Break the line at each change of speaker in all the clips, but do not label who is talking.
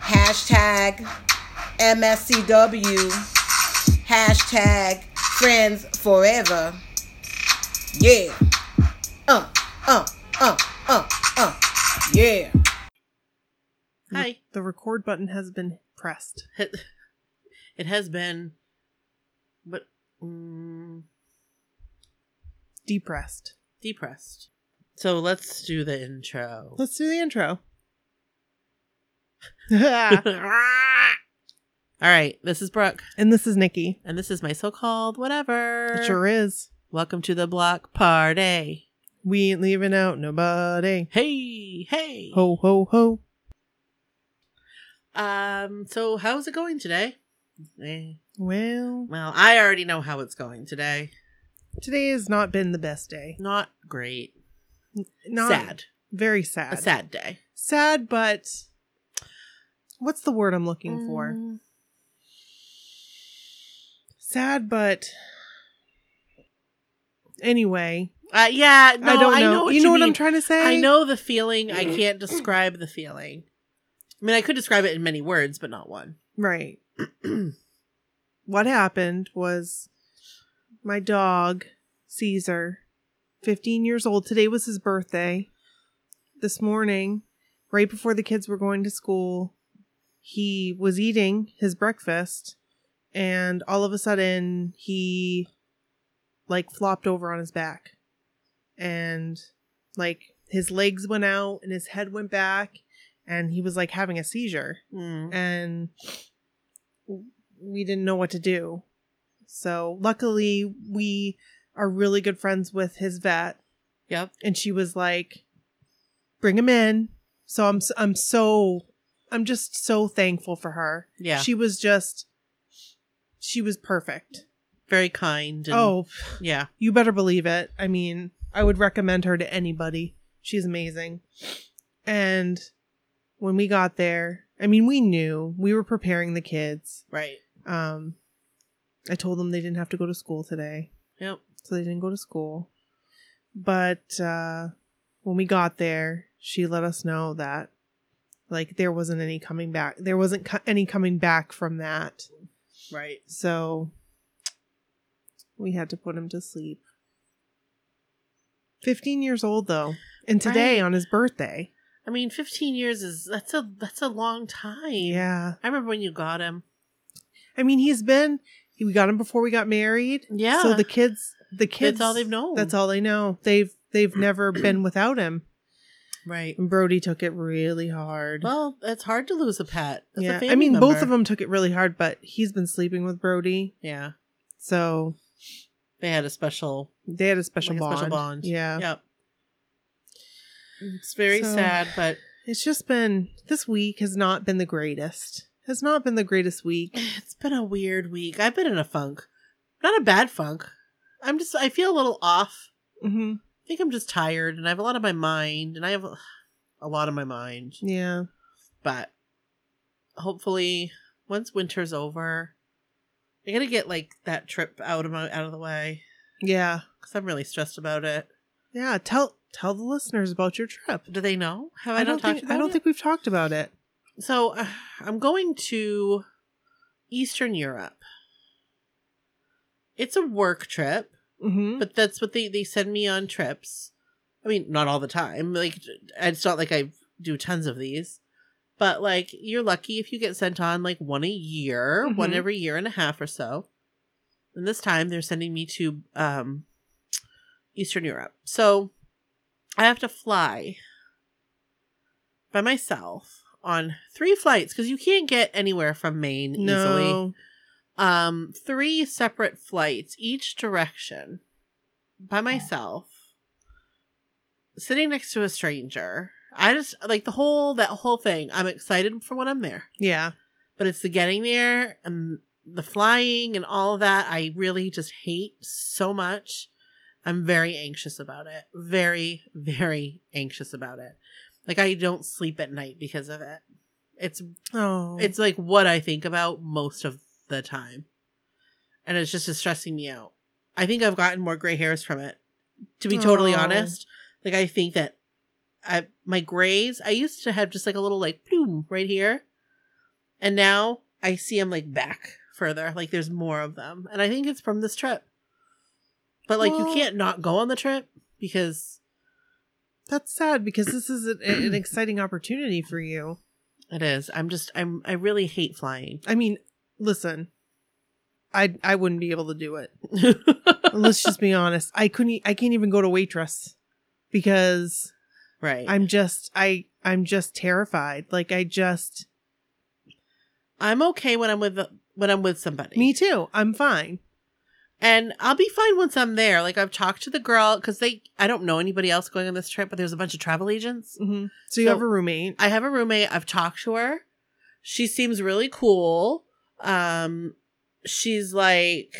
Hashtag MSCW. Hashtag friends forever. Yeah. Uh, uh, uh, uh, uh. Yeah.
Hi.
The record button has been pressed.
It has been, but mm,
Depressed.
depressed. So let's do the intro.
Let's do the intro. Ah.
All right, this is Brooke,
and this is Nikki.
and this is my so-called whatever.
It sure is.
Welcome to the block party.
We ain't leaving out nobody.
Hey, hey.
Ho, ho, ho.
Um. So how's it going today? Eh,
Well,
Well, I already know how it's going today.
today has not been the best day.
Not great.
Not
sad.
Very
A
sad.
sad day.
Sad, but what's the word I'm looking for?
Mm,
Sad, but anyway,
Uh, yeah. No,
I don't know. you, know what
mean.
I'm trying to
I
say?
know the feeling. I
Mm.
can't describe the feeling. I mean, I could describe it in many words, but not one.
Right. what happened was my dog, Caesar, 15 years old, today was his birthday. This morning, right before the kids were going to school, he was eating his breakfast and all of a sudden he like flopped over on his back and like his legs went out and his head went back and he was like having a seizure Mm. and we didn't know what to do. So luckily, we are really good friends with his vet,
Yep.
and she was like, "Bring him in." So I'm s- I'm so I'm just so thankful for her.
Yeah.
She was just she was perfect.
Very kind. And,
Oh,
yeah.
you better believe it. I mean, I would recommend her to anybody. She's amazing. And when we got there, I mean, we knew we were preparing the kids.
Right.
Um, I told them they didn't have to go to school today,
Yep.
so they didn't go to school. But uh, when we got there, she let us know that like there wasn't any coming back. There wasn't co- any coming back from that.
Right.
So we had to put him to sleep. 15 years old though. And today on his birthday.
I mean, fifteen years is that's a that's a long time.
Yeah.
I remember when you got him.
I mean, he's been we got him before we got married.
Yeah.
So the kids the kids
all they've known.
That's all they know. They've they've never been without him.
right.
And Brody took it really hard.
Well, it's hard to lose a pet. It's a
yeah. I
family
mean, both
member.
of them took it really hard, but he's been sleeping with Brody.
Yeah.
So
They had a special.
they had a special,
Like
bond.
a special bond.
Yeah.
Yep. It's very
So-
sad, but
It's just been this week has not been the greatest. Has not been the greatest week.
It's been a weird week. I've been in a funk. Not a bad funk. I'm just I feel a little off.
Mm-hmm.
I think I'm just tired and I have a lot of my mind and I have a lot of my mind.
Yeah,
But hopefully once winter's over, I got to get like that trip out of my, out of the way
yeah,
cuz I'm really stressed about it.
yeah. Tell tell the listeners about your trip.
Do they know? Have I,
I,
not
don't
talked
think
about
I don't
it?
think we've talked about it.
So uh, I'm going to Eastern Europe. It's a work trip.
Mm-hmm.
but that's what they they send me on trips i mean not all the time like it's not like i do tons of these but like you're lucky if you get sent on like one a year one
Mhm.
every year and a half or so and this time they're sending me to um eastern europe so i have to fly by myself on three flights because you can't get anywhere from maine easily
No,
um three separate flights each direction by myself sitting next to a stranger i just like the whole that whole thing i'm excited for when i'm there
yeah,
But it's the getting there and the flying and all of that I really just hate so much. I'm very anxious about it. Very, very anxious about it. Like I don't sleep at night because of it. It's
Oh,
it's like what I think about most of the time. And it's just it's stressing me out. I think I've gotten more gray hairs from it. To be totally
Oh.
honest, like I think that I my grays, I used to have just like a little like bloom right here. And now I see them like back further. Like there's more of them. And I think it's from this trip. But like you
Well-
can't not go on the trip because
that's sad because this is an, an exciting opportunity for you.
it is. I'm just I'm I really hate flying.
I mean, listen, I I wouldn't be able to do it. Let's just be honest. I couldn't. e- I can't even go to waitress because
right.
I'm just I I'm just terrified. Like I just
I'm okay when I'm with when I'm with somebody.
me too. I'm fine.
And I'll be fine once I'm there. Like I've talked to the girl because they I don't know anybody else going on this trip, but there's a bunch of travel agents.
Mhm. So you
So-
have a roommate.
I have a roommate. I've talked to her. She seems really cool. Um, she's like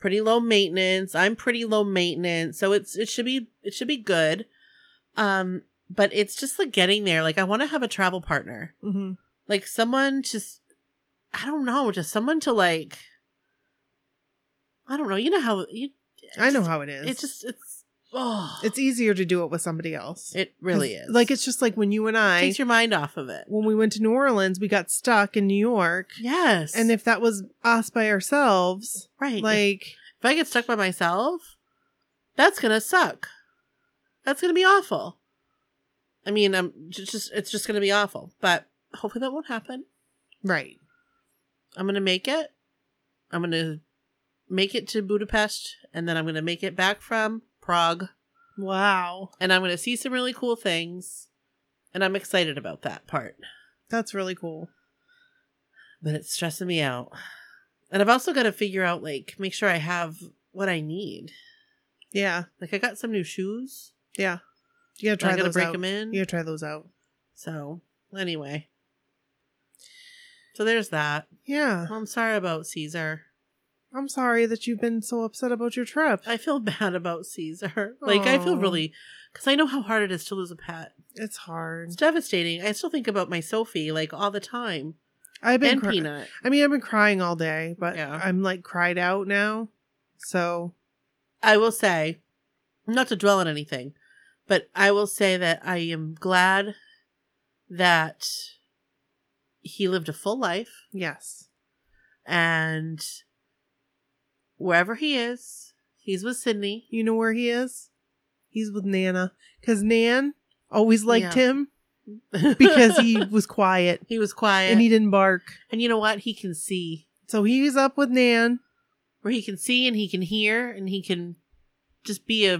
pretty low maintenance. I'm pretty low maintenance, so it's it should be it should be good. Um, but it's just like getting there. Like I want to have a travel partner.
hmm
like someone just i don't know just someone to like i don't know you know how you
I know how it is.
it's just it's oh
it's easier to do it with somebody else.
it really is
Like it's just like when you and I
takes your mind off of it
when we went to New Orleans, we got stuck in New York.
yes
And if that was us by ourselves,
right like
like
if i get stuck by myself that's gonna suck that's gonna be awful i mean i'm j- just it's just gonna be awful but hopefully that won't happen
right.
I'm gonna make it. I'm gonna make it to Budapest, and then I'm gonna make it back from Prague,
Wow.
and I'm gonna see some really cool things, and I'm excited about that part.
That's really cool.
But it's stressing me out, and I've also got to figure out like make sure I have what I need.
Yeah.
Like I got some new shoes.
Yeah. You gotta
and
try
I gotta
those
break
out.
them in.
You gotta try those out.
So anyway, so there's that.
Yeah.
I'm sorry about Caesar.
I'm sorry that you've been so upset about your trip.
I feel bad about Caesar. Like I feel
Aw.
really because I know how hard it is to lose a pet.
It's hard.
It's devastating. I still think about my Sophie like all the time.
I've been
and
cr-
Peanut.
I mean, I've been crying all day, but
Yeah.
I'm like cried out now. So
I will say, not to dwell on anything, but I will say that I am glad that he lived a full life
yes.
and wherever he is, he's with Sydney.
You know where he is? He's with Nana. Because Nan always liked
Yeah.
him because he was quiet
he was quiet.
and he didn't bark.
and you know what? He can see.
So he's up with Nan.
Where he can see and he can hear and he can just be a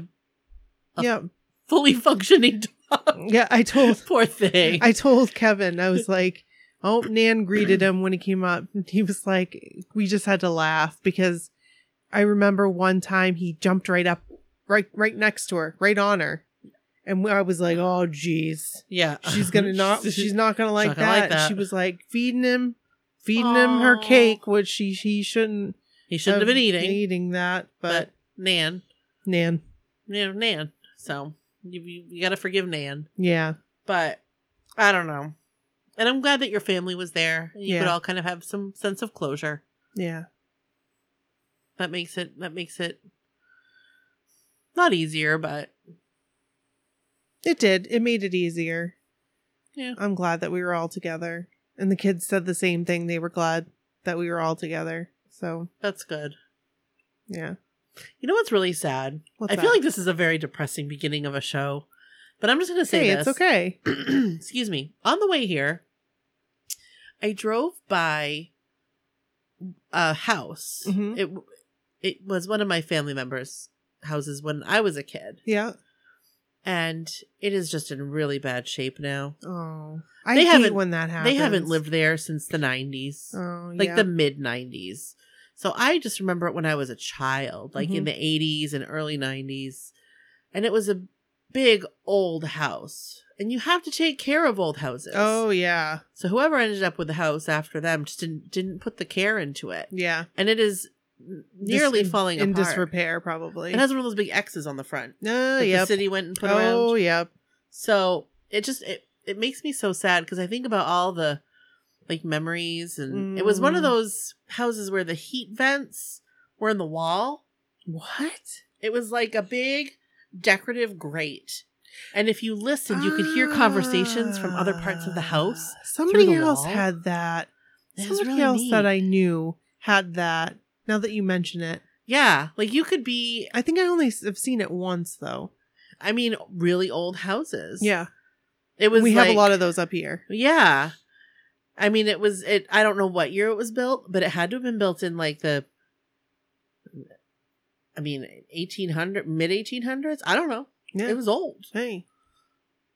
Up.
Yep.
fully functioning dog.
Yeah, I told
Poor thing.
I told Kevin, I was like, oh, Nan greeted him when he came up. And he was like, we just had to laugh because I remember one time he jumped right up, right, right next to her, right on her. And I was like, oh, geez,
yeah.
she's going to not, she's not going to like
not gonna like
that.
that.
She was like feeding him, feeding him her
Aw.
cake, which she, she shouldn't,
He shouldn't have been eating.
eating that.
but
But,
Nan,
Nan,
you know, Nan. So you, you, you got to forgive Nan.
yeah,
But I don't know. And I'm glad that your family was there. You could
Yeah.
all kind of have some sense of closure.
yeah,
That makes it. That makes it not easier, but
it did. It made it easier.
yeah.
I'm glad that we were all together. And the kids said the same thing. They were glad that we were all together. So,
That's good.
yeah.
You know what's really sad?
What's
I feel
that?
like this is a very depressing beginning of a show, but I'm just gonna say
hey,
this.
it's okay.
excuse me, on the way here, I drove by a house.
Mhm.
It it was one of my family members' houses when I was a kid,
Yeah.
and it is just in really bad shape now.
Oh, I
They
hate
haven't-
when that happens.
They haven't lived there since the nineties,
Oh,
like
yeah.
the mid nineties. So I just remember it when I was a child, like in
Mhm.
the eighties and early nineties, and it was a big old house. And you have to take care of old houses.
Oh yeah,
So whoever ended up with the house after them just didn't didn't put the care into it.
yeah.
And it is nearly
Dis- in-
falling
in
apart.
disrepair, probably.
It has one of those big X's on the front.
no,
that
yep.
The city went and put
oh
around.
yep.
So it just it, it makes me so sad because I think about all the like memories and it was one of
Mm.
those houses where the heat vents were in the wall.
What?
It was like a big decorative grate. And if you listened, you could hear conversations from other parts of the house.
Ah, Somebody
the
else
wall.
had that.
It was
Somebody
really
else
neat.
that I knew had that. Now that you mention it,
Yeah, like you could be
I think I only s- have seen it once though.
I mean really old houses.
Yeah,
It was
we have
like-
a lot of those up here.
Yeah. I mean it was it I don't know what year it was built, but it had to have been built in like the I mean 1800 mid 1800s. I don't know.
Yeah.
It was old.
hey.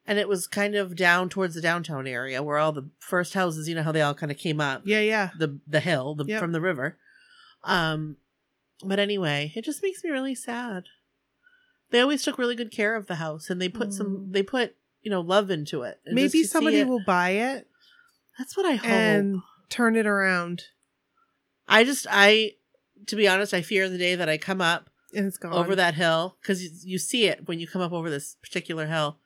And it was kind of down towards the downtown area where all the first houses, you know how they all kind of came up.
Yeah, yeah.
the the hill the,
Yep.
from the river. Um, but anyway, it just makes me really sad. They always took really good care of the house, and they put some
Mm.
they put you know love into it. And just
Maybe
to see
somebody
it- Oh.
will buy it
That's what I hope.
and turn it around,
I just I to be honest, I fear the day that I come up
and it's gone
over that hill because you, you see it when you come up over this particular hill,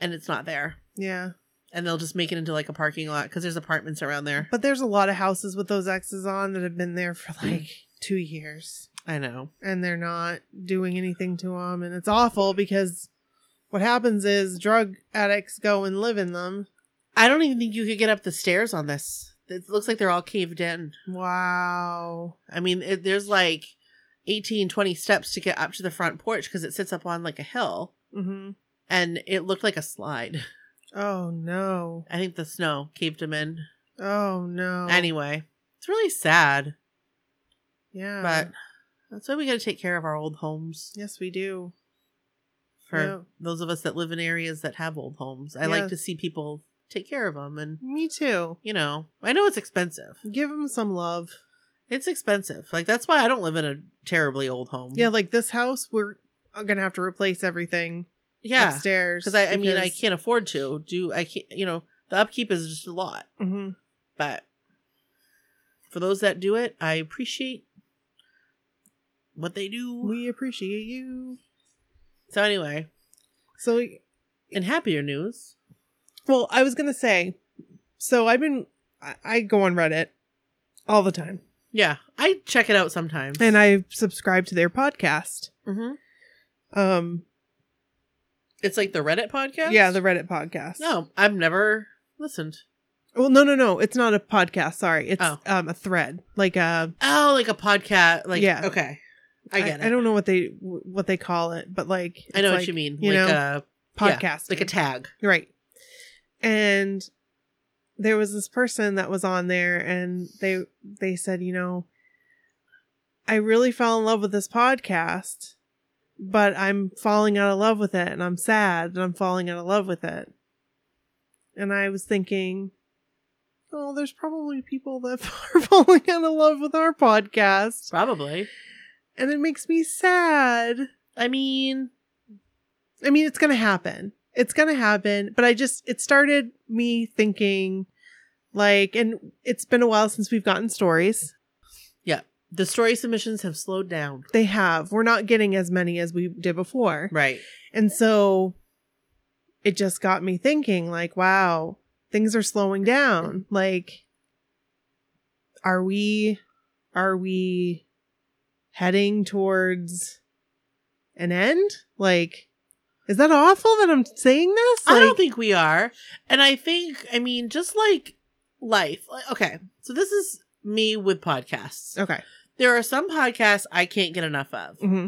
and it's not there.
Yeah,
And they'll just make it into like a parking lot because there's apartments around there.
but there's a lot of houses with those X's on that have been there for like
Mm.
two years,
I know.
and they're not doing anything to them, and it's awful because what happens is drug addicts go and live in them.
I don't even think you could get up the stairs on this. It looks like they're all caved in.
Wow.
I mean, it, there's like 18, 20 steps to get up to the front porch because it sits up on like a hill
Mm-hmm.
and it looked like a slide.
Oh no.
I think the snow caved him in.
Oh no.
Anyway, it's really sad,
Yeah.
but Mm. that's why we got to take care of our old homes
yes, we do.
for
Yeah.
those of us that live in areas that have old homes. I like
Yeah.
to see people take care of them and,
Me too.
you know, I know it's expensive.
Give them some love.
It's expensive. Like, that's why I don't live in a terribly old home.
Yeah, like this house, we're gonna have to replace everything
Yeah.
upstairs.
because I, I mean I
because-
can't afford to do I can't you know the upkeep is just a lot
Mhm.
but for those that do it I appreciate what they do
We appreciate you.
so anyway
So,
in happier news
well, I was gonna say, so I've been, I, I go on Reddit all the time,
yeah I check it out sometimes
and I subscribe to their podcast.
hmm
Um,
it's like the Reddit podcast
yeah, the Reddit podcast.
no I've never listened
well, no, no, no, it's not a podcast. Sorry, it's
Oh.
um a thread, like a
oh like a podcast like
Yeah.
okay I get it
I don't know what they what they call it, but like
I know
it's
what
like
you mean
you
like
know,
a
Podcast,
like a tag
Right. And there was this person that was on there and they they said, you know, I really fell in love with this podcast, but I'm falling out of love with it and I'm sad that I'm falling out of love with it. And I was thinking, oh, there's probably people that are falling out of love with our podcast.
probably
And it makes me sad.
I mean
I mean, it's going to happen. It's going to happen. But I just, it started me thinking, like, and it's been a while since we've gotten stories.
the story submissions have slowed down
They have. We're not getting as many as we did before.
right
And so it just got me thinking, like, wow, things are slowing down. Like, are we, are we heading towards an end? Like, is that awful that I'm saying this?
I
Like-
don't think we are. And I think, I mean, just like life. like- Okay. So this is me with podcasts.
Okay.
There are some podcasts I can't get enough of,
Mm-hmm.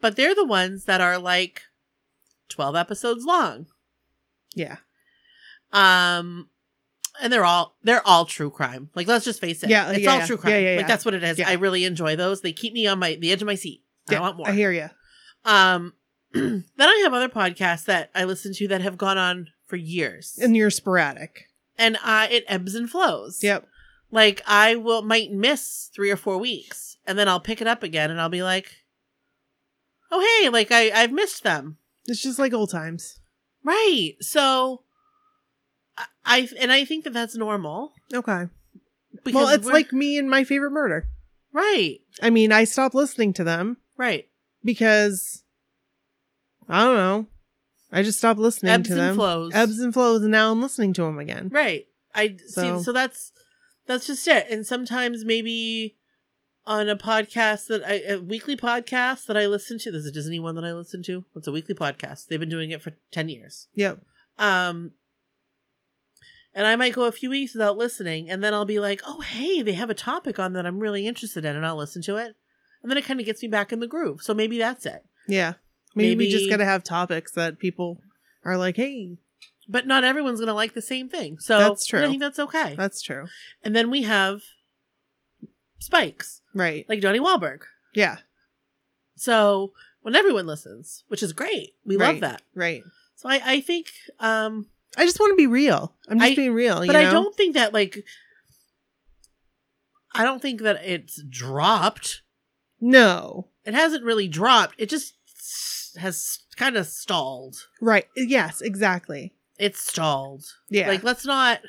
but they're the ones that are like 12 episodes long.
Yeah.
Um, and they're all they're all true crime. Like let's just face it.
Yeah,
it's
yeah,
all
yeah.
true crime.
Yeah, yeah,
Like
yeah.
that's what it is.
Yeah.
I really enjoy those. They keep me on my the edge of my seat.
Yeah,
I want more.
I hear you.
um, then I have other podcasts that I listen to that have gone on for years,
And you're sporadic.
and uh, it ebbs and flows.
Yep.
Like I will might miss three or four weeks, and then I'll pick it up again, and I'll be like, "Oh hey, like I I've missed them."
It's just like old times.
Right. So I, I and I think that that's normal.
Okay.
Because
well, it's
we're-
like me and my favorite murder.
right,
I mean, I stopped listening to them
right.
because I don't know. I just stopped listening
Ebbs
to
and
them.
flows.
Ebbs and flows, and now I'm listening to them again.
Right. I
So-
see. So that's that's just it. And sometimes maybe on a podcast that I a weekly podcast that I listen to. There's a Disney one that I listen to. It's a weekly podcast. They've been doing it for ten years.
Yep.
Um. And I might go a few weeks without listening, and then I'll be like, "Oh, hey, they have a topic on that I'm really interested in," and I'll listen to it, and then it kind of gets me back in the groove. So maybe that's it.
Yeah. Maybe, we just
Maybe-
gotta have topics that people are like, hey,
But not everyone's gonna like the same thing, so
That's
and
true.
I think that's okay.
that's true.
and then we have spikes,
Right.
like Johnny Wahlberg.
yeah.
So when everyone listens, which is great, we
Right.
love that.
Right.
So I, I think, um,
I just want to be real. I'm just
I-
being real.
but
you
I
know?
don't think that like, I don't think that it's dropped.
No.
It hasn't really dropped. It just s- has kind of stalled.
Right. Yes. Exactly.
It's stalled.
Yeah.
Like let's not.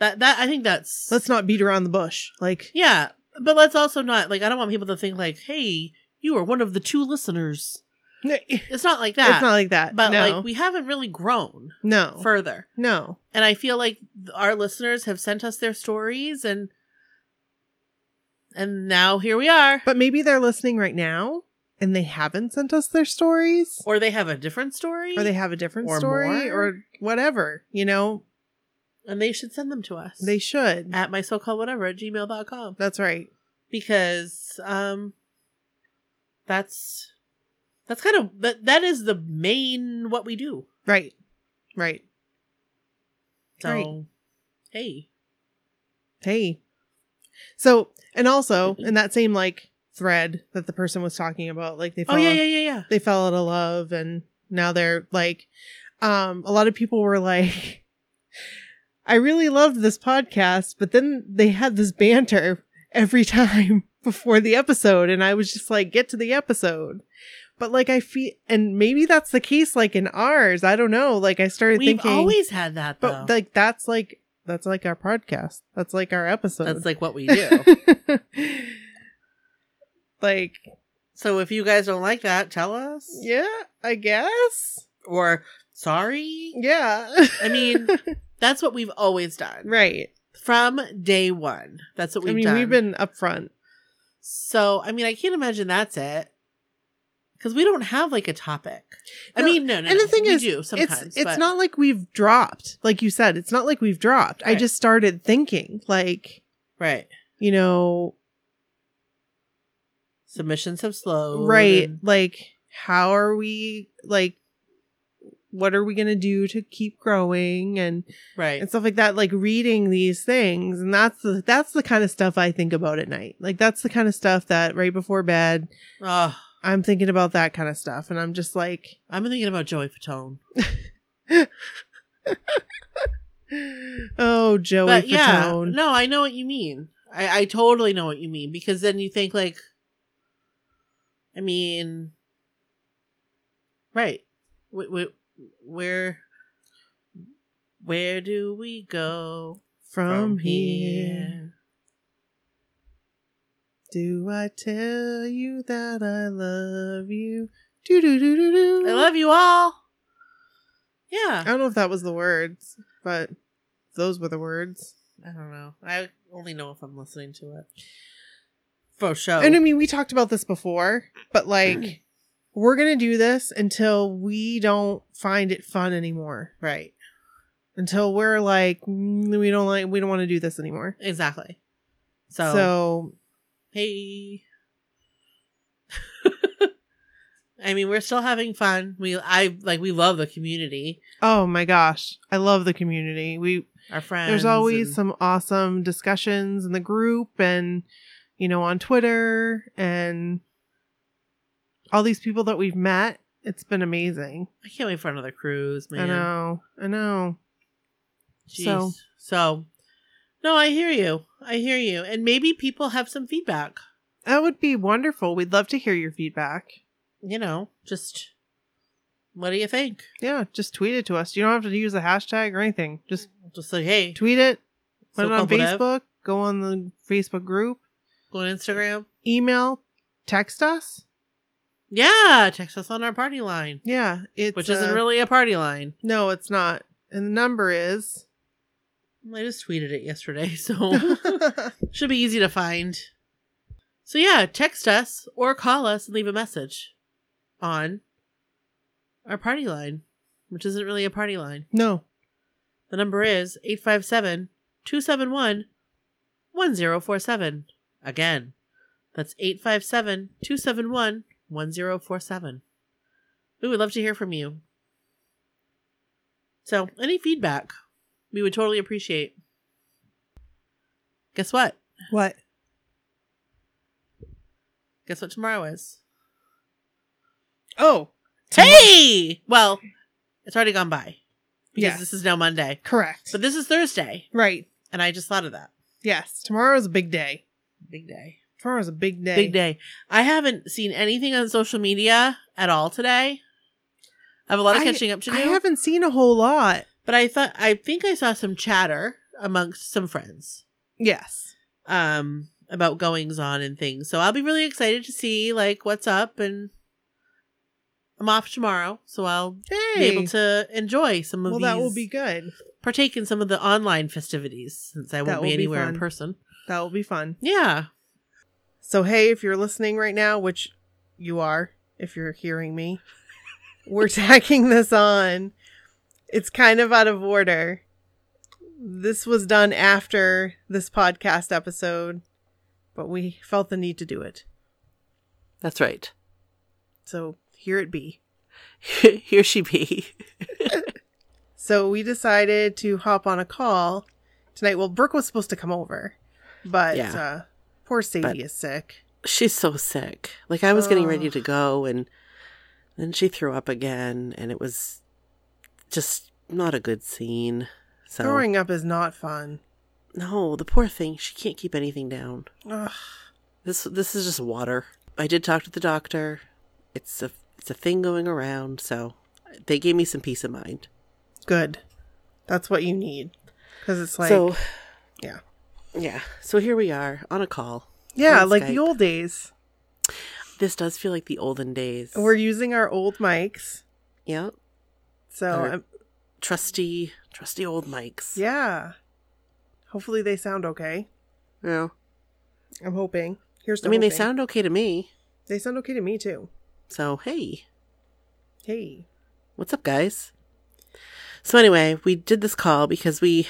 That that I think that's
let's not beat around the bush. Like.
yeah. But let's also not like I don't want people to think like, hey, you are one of the two listeners.
It's
It's not like that.
not like that.
but
no.
like we haven't really grown
no.
further.
no.
And I feel like th- our listeners have sent us their stories and and now here we are.
But maybe they're listening right now and they haven't sent us their stories
Or they have a different story.
or they have a different
Or
story
more.
or whatever. You know,
and they should send them to us.
they should.
at my so called whatever at gmail.com.
That's right.
Because um that's that's kind of that that is the main what we do.
Right. Right.
So
Right.
hey.
Hey. So, and also
Mm-hmm.
in that same like thread that the person was talking about, like they
Oh
fell
yeah,
off-
yeah, yeah, yeah.
they fell out of love and now they're like um a lot of people were like I really loved this podcast, but then they had this banter every time before the episode and I was just like get to the episode. But like I feel and maybe that's the case like in ours, I don't know. Like I started
We've
thinking
always Oh. had that though.
but like that's like that's like our podcast. That's like our episode.
that's like what we do.
like
so if you guys don't like that, tell us.
yeah, I guess.
Or sorry.
Yeah.
I mean, that's what we've always done
right.
from day one. That's what
I
we've
mean,
done.
we've been upfront.
so. I mean, I can't imagine that's it because we don't have like a topic. I
No,
mean, no, no.
and the
no,
thing
we
is,
do sometimes.
it's it's
but-
not like we've dropped. Like you said, it's not like we've dropped. I
Right.
just started thinking like,
right.
you know,
Submissions have slowed.
right,
and-
like how are we like what are we going to do to keep growing and
right.
and stuff like that like reading these things and that's the that's the kind of stuff I think about at night. Like that's the kind of stuff that right before bed
Ugh,
I'm thinking about that kind of stuff and I'm just like
I'm thinking about Joey Fatone.
oh, Joey
but yeah,
Fatone.
no, I know what you mean. I, I totally know what you mean because then you think like, I mean, right? Wh- wh- Where, where do we go
From here, do I tell you that I love you? Do do do do do.
I love you all.
I
Yeah,
don't know if that was the words, but those were the words.
I don't know. I only know if I'm listening to it. For sure.
And I mean, we talked about this before, but like, we're gonna do this until we don't find it fun anymore.
right.
Until we're like, "Mm, we don't like, we don't want to do this anymore.
Exactly.
So,
So, hey. I mean, we're still having fun. We, I like, we love the community,
oh my gosh, I love the community. We
our friends.
There's always
and-
some awesome discussions in the group and you know on Twitter and all these people that we've met. It's been amazing.
I can't wait for another cruise, man.
I know. I know.
Jeez.
So-
So, no, I hear you. I hear you, and maybe people have some feedback.
That would be wonderful. We'd love to hear your feedback.
You know, just
What do you think?
Yeah, just tweet it to us. You don't have to use the hashtag or anything. Just
Just like, hey,
tweet it. Put
so
it on
couple dev,
Facebook. Go on the Facebook group.
Go on Instagram.
Email. Text us.
Yeah, text us on our party line,
Yeah, it's
which isn't
uh,
really a party line.
No, it's not. And the number is.
I just tweeted it yesterday, so should be easy to find. So yeah, text us or call us and leave a message on our party line, which isn't really a party line.
no.
The number is 857 271 1047. Again, that's 857 271 1047. We would love to hear from you. So, any feedback we would totally appreciate. Guess what?
What?
Guess what tomorrow is?
Oh,
Hey! Well, it's already gone by because
Yes.
this is now Monday.
correct.
But this is Thursday,
right.
and I just thought of that.
Yes. Tomorrow's a big day.
Big day.
Tomorrow's a big day.
Big day. I haven't seen anything on social media at all today. I have a lot of
I-
catching up to do.
I haven't seen a whole lot.
but I thought I think I saw some chatter amongst some friends
Yes.
um about goings on and things. So I'll be really excited to see like what's up and I'm off tomorrow, so I'll
Hey.
be able to enjoy some of
well,
these
that will be good.
partake in some of the online festivities since I
That
won't
will
be
be
anywhere in
fun.
person.
That will be fun.
Yeah.
So, hey, if you're listening right now, which you are, if you're hearing me, we're tacking this on. It's kind of out of order. This was done after this podcast episode, but we felt the need to do it.
That's right.
So, here it be.
Here she be.
So, we decided to hop on a call tonight. Well, Brooke was supposed to come over, but
Yeah.
uh, poor Sadie
But-
is sick.
She's so sick. Like I was getting ready
Ugh.
to go and then she threw up again and it was just not a good scene. So
Throwing up is not fun.
No, the poor thing, she can't keep anything down.
Ugh.
This this is just water. I did talk to the doctor. It's a it's a thing going around, so they gave me some peace of mind.
good. That's what you need. Because it's like,
so
yeah.
yeah. So here we are on a call.
yeah,
on
like the
Skype.
old days.
This does feel like the olden days.
We're using our old mics.
yeah.
So,
Or-
um,
Trusty trusty old mics.
yeah. Hopefully they sound okay.
Yeah.
I'm hoping. Here's the
I mean they
hoping.
sound okay to me.
They sound okay to me too.
So, hey,
Hey.
what's up, guys? So, anyway, we did this call because we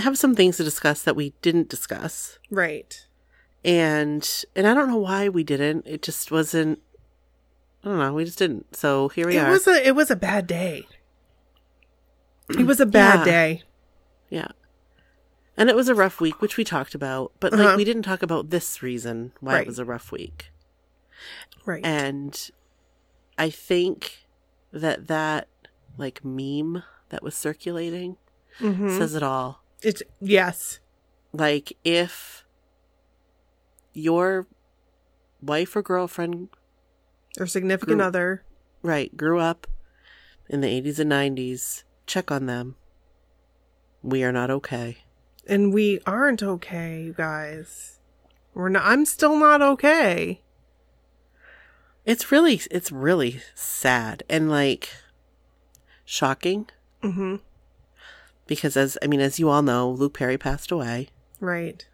have some things to discuss that we didn't discuss.
Right.
And and I don't know why we didn't. It just wasn't I don't know, we just didn't. So, here we
It
are.
was a it was a bad day. It was a bad
Yeah.
day.
yeah. And it was a rough week, which we talked about, but
Uh-huh.
like we didn't talk about this reason why
Right.
it was a rough week.
Right.
And I think that that like meme that was circulating
Mhm.
says it all.
it's yes.
like if your wife or girlfriend
Or significant
Group.
other.
right grew up in the 80s and 90s check on them we are not okay
And we aren't okay, you guys. We're not I'm still not okay.
it's really it's really sad and like shocking
Mm-hmm.
because as i mean as you all know luke perry passed away
Right.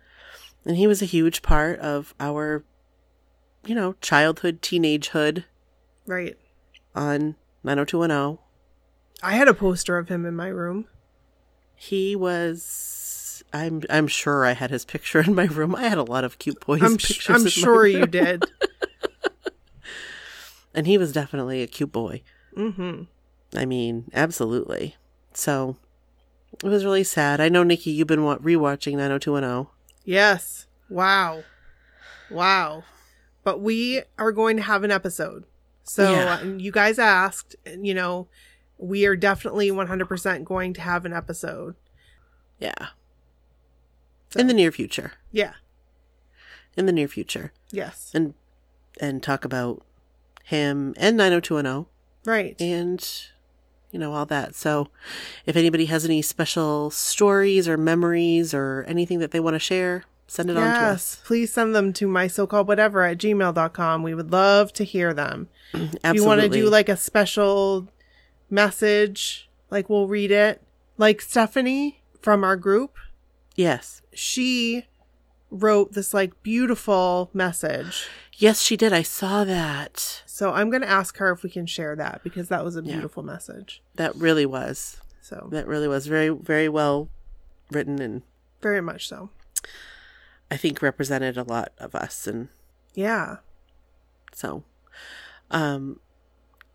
and he was a huge part of our you know childhood teenagehood
Right.
on 90210
I had a poster of him in my room.
He was. I'm. I'm sure I had his picture in my room. I had a lot of cute boys.
I'm, sh-
pictures
I'm
in my
sure you
room.
did.
And he was definitely a cute boy.
hmm
I mean, absolutely. So it was really sad. I know Nikki, you've been wa- rewatching 90210.
Yes. Wow. Wow. But we are going to have an episode. So
Yeah.
uh, you guys asked, and, you know, we are definitely 100% going to have an episode.
Yeah.
So-
In the near future.
Yeah.
In the near future,
Yes.
oh and talk about him and 90210
Right.
and you know all that so if anybody has any special stories or memories or anything that they want to share send it on to us
Please send them to my so called whatever at gmail.com. We would love to hear them.
absolutely
If you want to do like a special message, like we'll read it. Like Stephanie from our group,
yes
she wrote this like beautiful message.
yes she did i saw that
So I'm going to ask her if we can share that because that was a
Yeah.
beautiful message.
that really was
So
that really was very very well written and
very much so.
i think represented a lot of us and
Yeah.
so um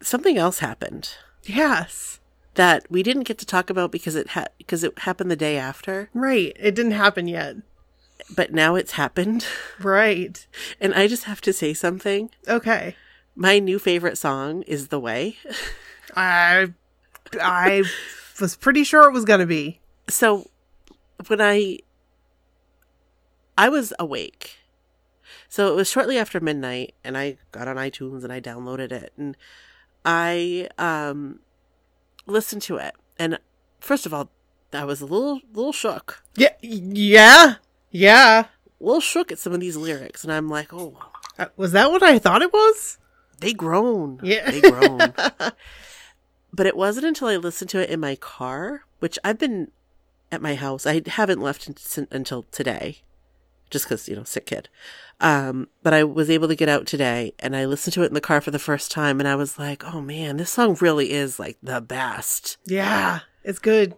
something else happened
Yes.
that we didn't get to talk about because it ha- because it happened the day after
Right. It didn't happen yet.
but now it's happened
Right.
and i just have to say something
Okay.
My new favorite song is The Way.
I I was pretty sure it was going to be.
So when I I was awake. So it was shortly after midnight and I got on iTunes and I downloaded it and I um listened to it. And first of all, I was a little little shook.
Yeah. Yeah. Yeah.
A little shook at some of these lyrics and I'm like, "Oh,
Uh, Was that what I thought it was?
they groan.
Yeah.
They groan." but it wasn't until I listened to it in my car, which I've been at my house. I haven't left un- until today, just because you know, sick kid. Um, but I was able to get out today, and I listened to it in the car for the first time, and I was like, "Oh man, this song really is like the best.
yeah. It's good.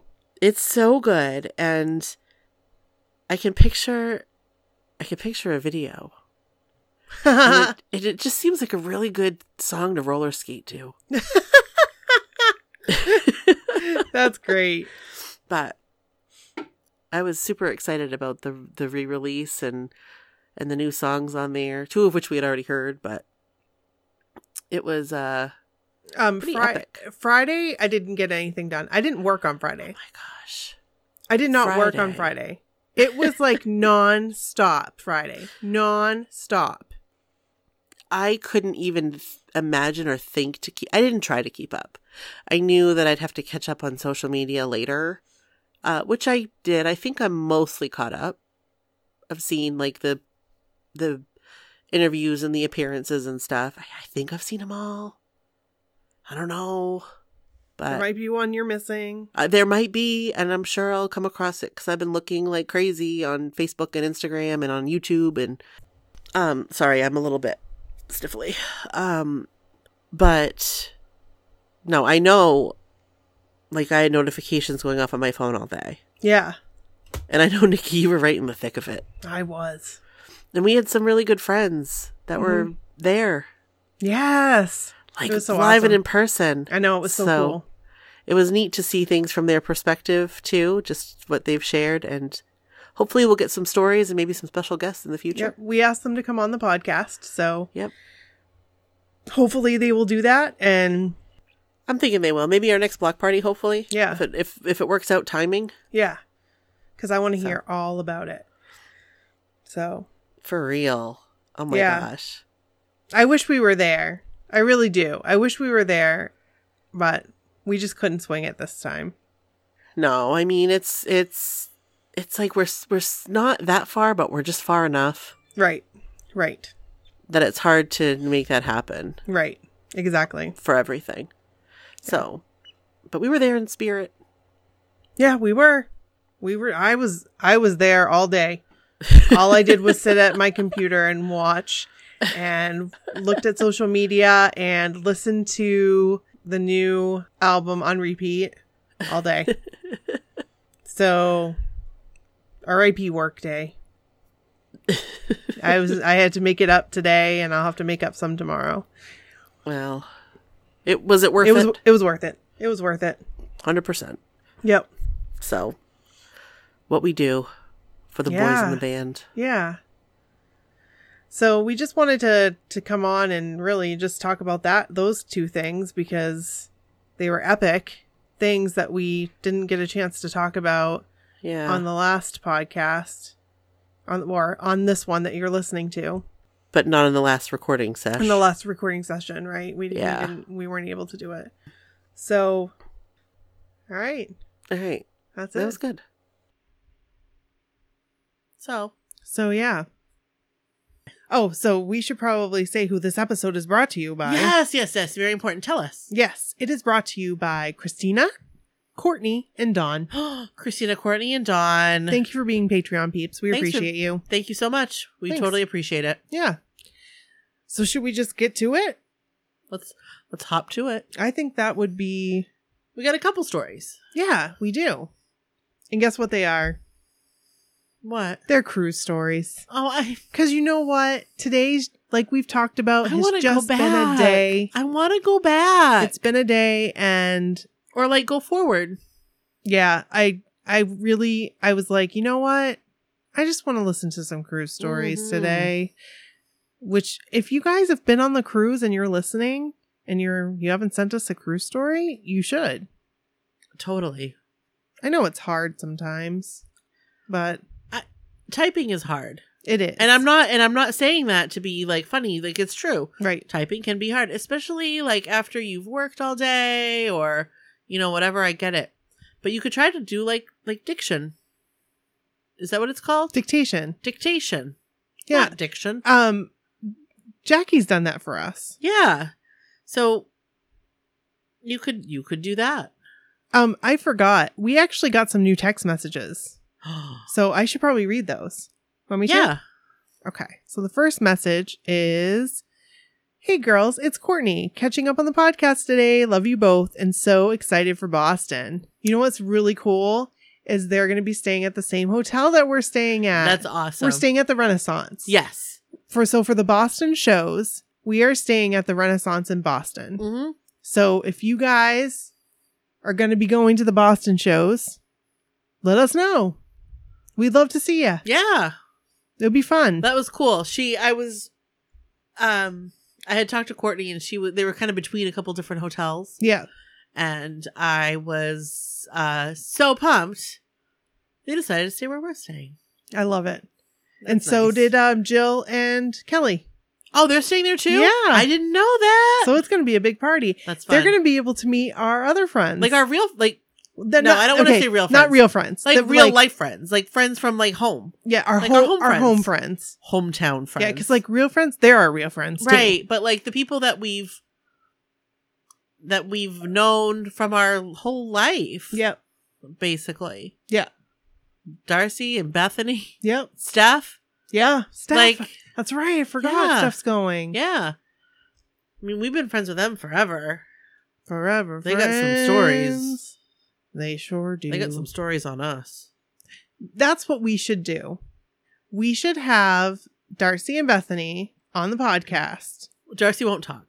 It's so good." And I can picture, I can picture a video. And it, and it just seems like a really good song to roller skate to.
That's great.
but I was super excited about the the re release and and the new songs on there, two of which we had already heard, but it was uh
Um
Pretty
Fri-
epic.
Friday I didn't get anything done. I didn't work on Friday.
oh my gosh.
I did not work on
Friday.
Friday. It was like non-stop Friday. Non-stop.
I couldn't even th- imagine or think to keep I didn't try to keep up. I knew that I'd have to catch up on social media later. Uh which I did. I think I'm mostly caught up. I've seen like the the interviews and the appearances and stuff. I, I think I've seen them all. I don't know. But
There might be one you're missing.
uh, there might be, and I'm sure I'll come across it because I've been looking like crazy on Facebook and Instagram and on YouTube. And um, sorry, I'm a little bit stiffly. Um, but no, I know. Like I had notifications going off on my phone all day,
Yeah.
and I know Nikki, you were right in the thick of it.
I was.
And we had some really good friends that were there,
Yes.
like
Mm-hmm. It was so
live and
awesome.
in person.
I know it was so,
So-
cool.
it was neat to see things from their perspective too, just what they've shared, and hopefully we'll get some stories and maybe some special guests in the future.
Yep. We asked them to come on the podcast, so
Yep.
hopefully they will do that and
I'm thinking they will. Maybe our next block party, hopefully.
Yeah.
If it, if if it works out timing
yeah. Cuz I want to
So.
hear all about it. So,
for real. Oh my
Yeah.
gosh.
I wish we were there. I really do. I wish we were there, but we just couldn't swing it this time.
No, I mean it's it's it's like we're s- we're s- not that far, but we're just far enough
Right. Right.
that it's hard to make that happen
Right. Exactly.
for everything. So, but we were there in spirit.
Yeah, we were. We were I was I was there all day. All I did was sit at my computer and watch and looked at social media and listened to the new album on repeat all day. So RIP work day. I was I had to make it up today and I'll have to make up some tomorrow.
Well, it was it worth
it was
it?
it was worth it. It was worth it.
Hundred percent.
Yep.
So, what we do for the boys
Yeah.
in the band.
Yeah. So we just wanted to to come on and really just talk about that those two things because they were epic things that we didn't get a chance to talk about
Yeah.
on the last podcast on or on this one that you're listening to.
but not in the last recording session.
in the last recording session, right? We didn't,
Yeah.
we, didn't- we weren't able to do it. So, all right,
All right.
that's
That
it.
was good.
So
So yeah. Oh, so we should probably say who this episode is brought to you by.
yes, yes, yes, very important. Tell us,
Yes, it is brought to you by Christina, Courtney, and Dawn.
Christina, Courtney, and Dawn.
Thank you for being Patreon peeps. We
Thanks for-
appreciate you.
Thank you so much. We
Thanks.
totally appreciate it.
Yeah. So should we just get to it?
Let's let's hop to it.
I think that would be
We got a couple stories.
Yeah, we do. And guess what they are?
What?
They're cruise stories.
Oh, I
Cuz you know what? Today's like we've talked about
I want to go
has just
back.
been a day.
I want to go back,
It's been a day and
or like go forward.
yeah, I I really I was like, you know what? I just want to listen to some cruise stories
Mhm.
today. Which if you guys have been on the cruise and you're listening and you're you haven't sent us a cruise story, you should.
Totally.
I know it's hard sometimes, but
Typing is hard,
it is.
and I'm not and I'm not saying that to be like funny. Like it's true.
right.
Typing can be hard, especially like after you've worked all day or you know whatever. I get it, but you could try to do like like diction. Is that what it's called?
Dictation.
Dictation.
Yeah.
Not diction.
Um Jackie's done that for us.
Yeah. So you could you could do that.
Um I forgot. We actually got some new text messages. So I should probably read those. Want me to?
yeah.
Okay. So the first message is Hey girls, it's Courtney. Catching up on the podcast today. Love you both and so excited for Boston. You know what's really cool is they're going to be staying at the same hotel that we're staying at.
That's awesome.
We're staying at the Renaissance.
Yes.
For so for the Boston shows, we are staying at the Renaissance in Boston.
Mm-hmm.
So if you guys are going to be going to the Boston shows, let us know. We'd love to see you.
Yeah,
It'll be fun.
that was cool. She, I was, um, I had talked to Courtney, and she was. They were kind of between a couple different hotels,
yeah.
and I was uh so pumped. They decided to stay where we're staying.
I love it. and
That's
so
nice.
did um, Jill and Kelly.
Oh, they're staying there too.
Yeah.
I didn't know that.
So it's going to be a big party.
That's fun.
They're going to be able to meet our other friends.
like our real like
They're
no, I don't wanna say real
Not
friends.
real friends.
like
They're
real life friends, like friends from like home,
Yeah, our,
like
home,
our
our,
home
home,
friends.
friends.
hometown friends.
Yeah, because like real friends, they're our real friends. too.
right, but like the people that we've that we've known from our whole life.
Yep.
basically.
Yeah.
Darcy and Bethany,
Yep.
Steph.
Yeah. Steph.
Like,
That's right. I forgot
Yeah.
Steph's going.
yeah. I mean, we've been friends with them forever.
Forever.
They got some
friends.
stories.
They sure do.
They got some stories on us.
That's what we should do. We should have Darcy and Bethany on the podcast.
Darcy won't talk.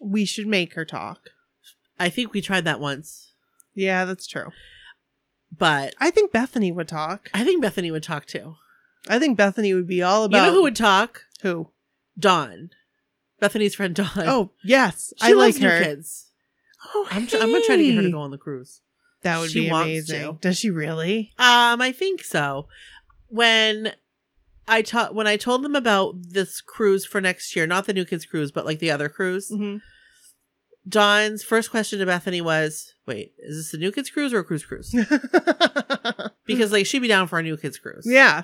We should make her talk.
I think we tried that once,
Yeah, that's true.
but
I think Bethany would talk.
I think Bethany would talk too.
I think Bethany would be all about
you know who would talk?
who?
Dawn. Bethany's friend Dawn.
Oh, yes.
she
I like
loves new
her.
kids.
Oh,
I'm, tr- I'm gonna try to get her to
hey.
go on the cruise.
That would
She
be
wants
amazing.
to.
Does she really?
Um, I think so. When I taught when I told them about this cruise for next year, not the New Kids cruise, but like the other cruise,
Mm-hmm.
Dawn's first question to Bethany was, "Wait, is this a New Kids cruise or a cruise cruise?" Because like she'd be down for a New Kids cruise.
yeah,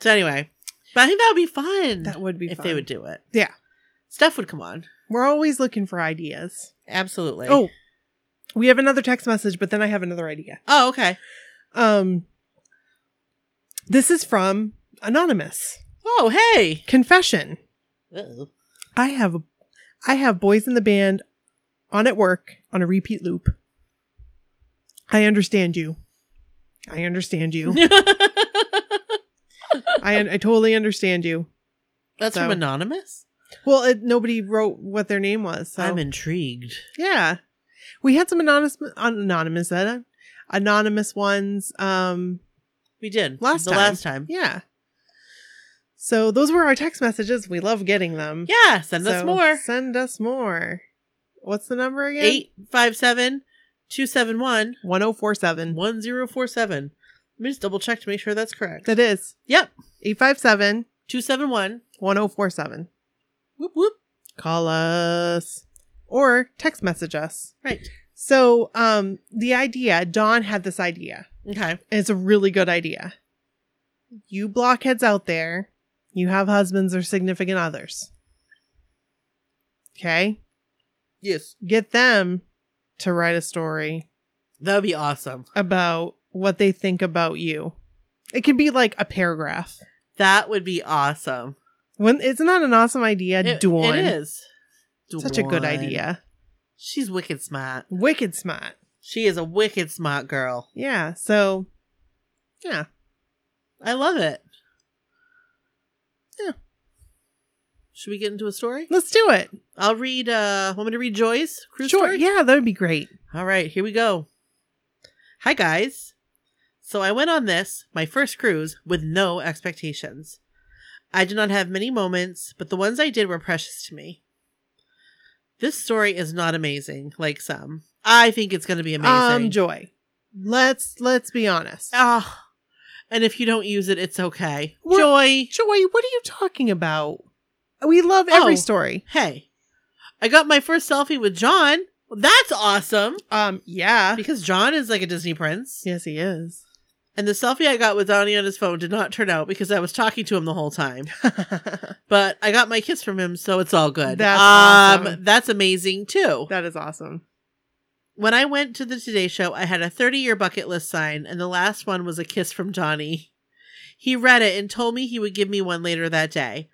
So anyway, but I think that would be fun
that would be
if
fun.
they would do it.
Yeah.
Steph would come on.
We're always looking for ideas.
Absolutely.
Oh, we have another text message, but then I have another idea.
Oh, okay.
Um, this is from Anonymous.
Oh, hey.
Confession.
Uh-oh.
I have, I have boys in the band, on at work on a repeat loop. I understand you. I understand you. I I totally understand you.
That's
So-
from anonymous.
Well, it, nobody wrote what their name was. So
I'm intrigued.
Yeah. We had some anonymous anonymous uh, anonymous ones. Um
We did
Last
the
time.
last time.
yeah. So those were our text messages. We love getting them.
Yeah, send us
So
more.
Send us more. What's the number again?
857 271
1047.
1047. Let me just double check to make sure that's correct.
That is.
Yep.
857
271.
1047.
Whoop, whoop.
Call us or text message us.
Right.
So, um, the idea, Dawn had this idea,
Okay.
and it's a really good idea. You blockheads out there, you have husbands or significant others. Okay?
Yes.
Get them to write a story
That would be awesome.
about what they think about you. It can be like a paragraph.
That would be awesome.
When isn't that an awesome idea?
It-
Dawn.
It is.
Such a good
Dawn.
idea.
She's wicked smart.
Wicked smart.
She is a wicked smart girl.
Yeah. So, yeah.
I love it. Yeah. Should we get into a story?
Let's do it.
I'll read uh want me to read Joyce? Cruise
sure.
story?
Yeah, that would be great.
All right, here we go. Hi, guys. So I went on this, my first cruise, with no expectations. I did not have many moments, but the ones I did were precious to me. This story is not amazing, like some. I think it's going to be
Um,
amazing.
Joy. Let's let's be honest.
Ah, and if you don't use it, it's okay.
What?
Joy.
Joy, what are you talking about? We love every
Oh.
story.
Hey, I got my first selfie with John. Well, that's awesome
Um, yeah.
because John is like a Disney prince.
Yes, he is.
And the selfie I got with Donnie on his phone did not turn out because I was talking to him the whole time. But I got my kiss from him, so it's all good.
That's
um,
awesome.
That's amazing too.
that is awesome.
when I went to the Today Show, I had a 30 year bucket list sign, and the last one was a kiss from Donnie. He read it and told me he would give me one later that day.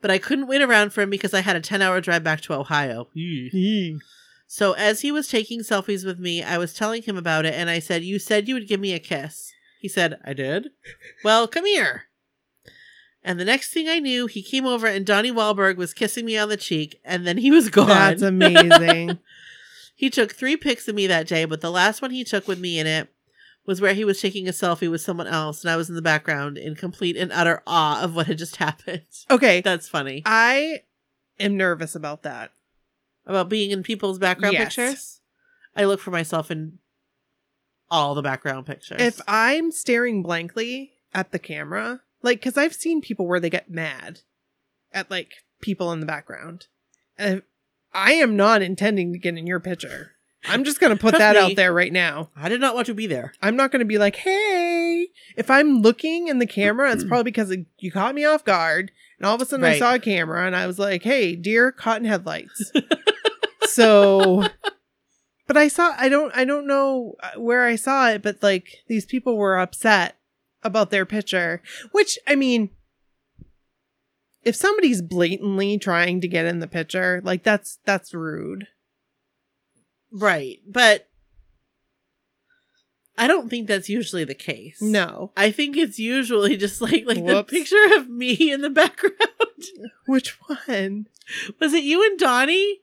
But I couldn't wait around for him because I had a 10 hour drive back to Ohio. Eek. So as he was taking selfies with me, I was telling him about it and I said, You said you would give me a kiss. He said, I did. Well, come here. And the next thing I knew, he came over and Donnie Wahlberg was kissing me on the cheek and then he was gone.
That's amazing.
He took three pics of me that day, but the last one he took with me in it was where he was taking a selfie with someone else and I was in the background in complete and utter awe of what had just happened.
okay.
That's funny.
I am nervous about that.
About being in people's background
Yes.
pictures. I look for myself in all the background pictures.
If I'm staring blankly at the camera, like, because I've seen people where they get mad at like people in the background, and I am not intending to get in your picture. I'm just gonna put
Trust
that
me.
out there right now.
I did not want to be there.
I'm not gonna be like, hey. If I'm looking in the camera, it's probably because it- you caught me off guard, and all of a sudden I
Right.
saw a camera, and I was like, hey, deer caught in headlights. so but i saw i don't i don't know uh, where i saw it but like these people were upset about their picture which i mean if somebody's blatantly trying to get in the picture like that's that's rude
Right. But I don't think that's usually the case.
no
I think it's usually just like like
Whoops.
the picture of me in the background.
which one
was it you and Donnie?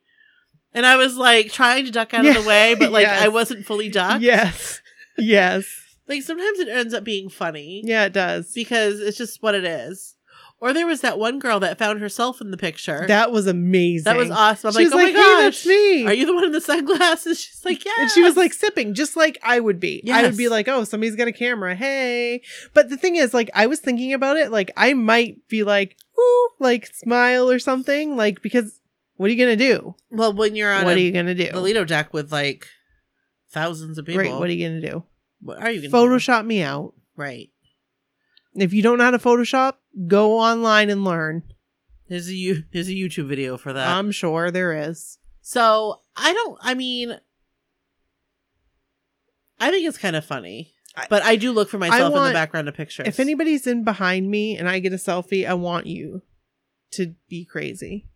And I was like trying to duck out of
Yeah.
the way, but like
Yes.
I wasn't fully ducked.
yes yes
Like sometimes it ends up being funny
yeah it does
because it's just what it is. Or there was that one girl that found herself in the picture.
that was amazing
That was awesome. I'm
She's
like, oh
like,
my
"Hey,
gosh,
that's me."
Are you the one in the sunglasses? She's like, yeah.
And she was like sipping, just like I would be. I would be
Yes.
like, oh, somebody's got a camera. Hey. But the thing is, like, I was thinking about it. Like, I might be like, ooh, like smile or something. Like, because what are you going to do?
well, when you're on
What are
a
you going to do?
Toledo deck with like thousands of people,
Right. What are you going to do?
what are you gonna do?
Photoshop me out.
Right.
If you don't know how to Photoshop, go online and learn.
There's a you. There's a YouTube video for that.
I'm sure there is.
So I don't. I mean, I think it's kind of funny,
I-
but I do look for myself in
want-
the background of pictures.
If anybody's in behind me and I get a selfie, I want you to be crazy.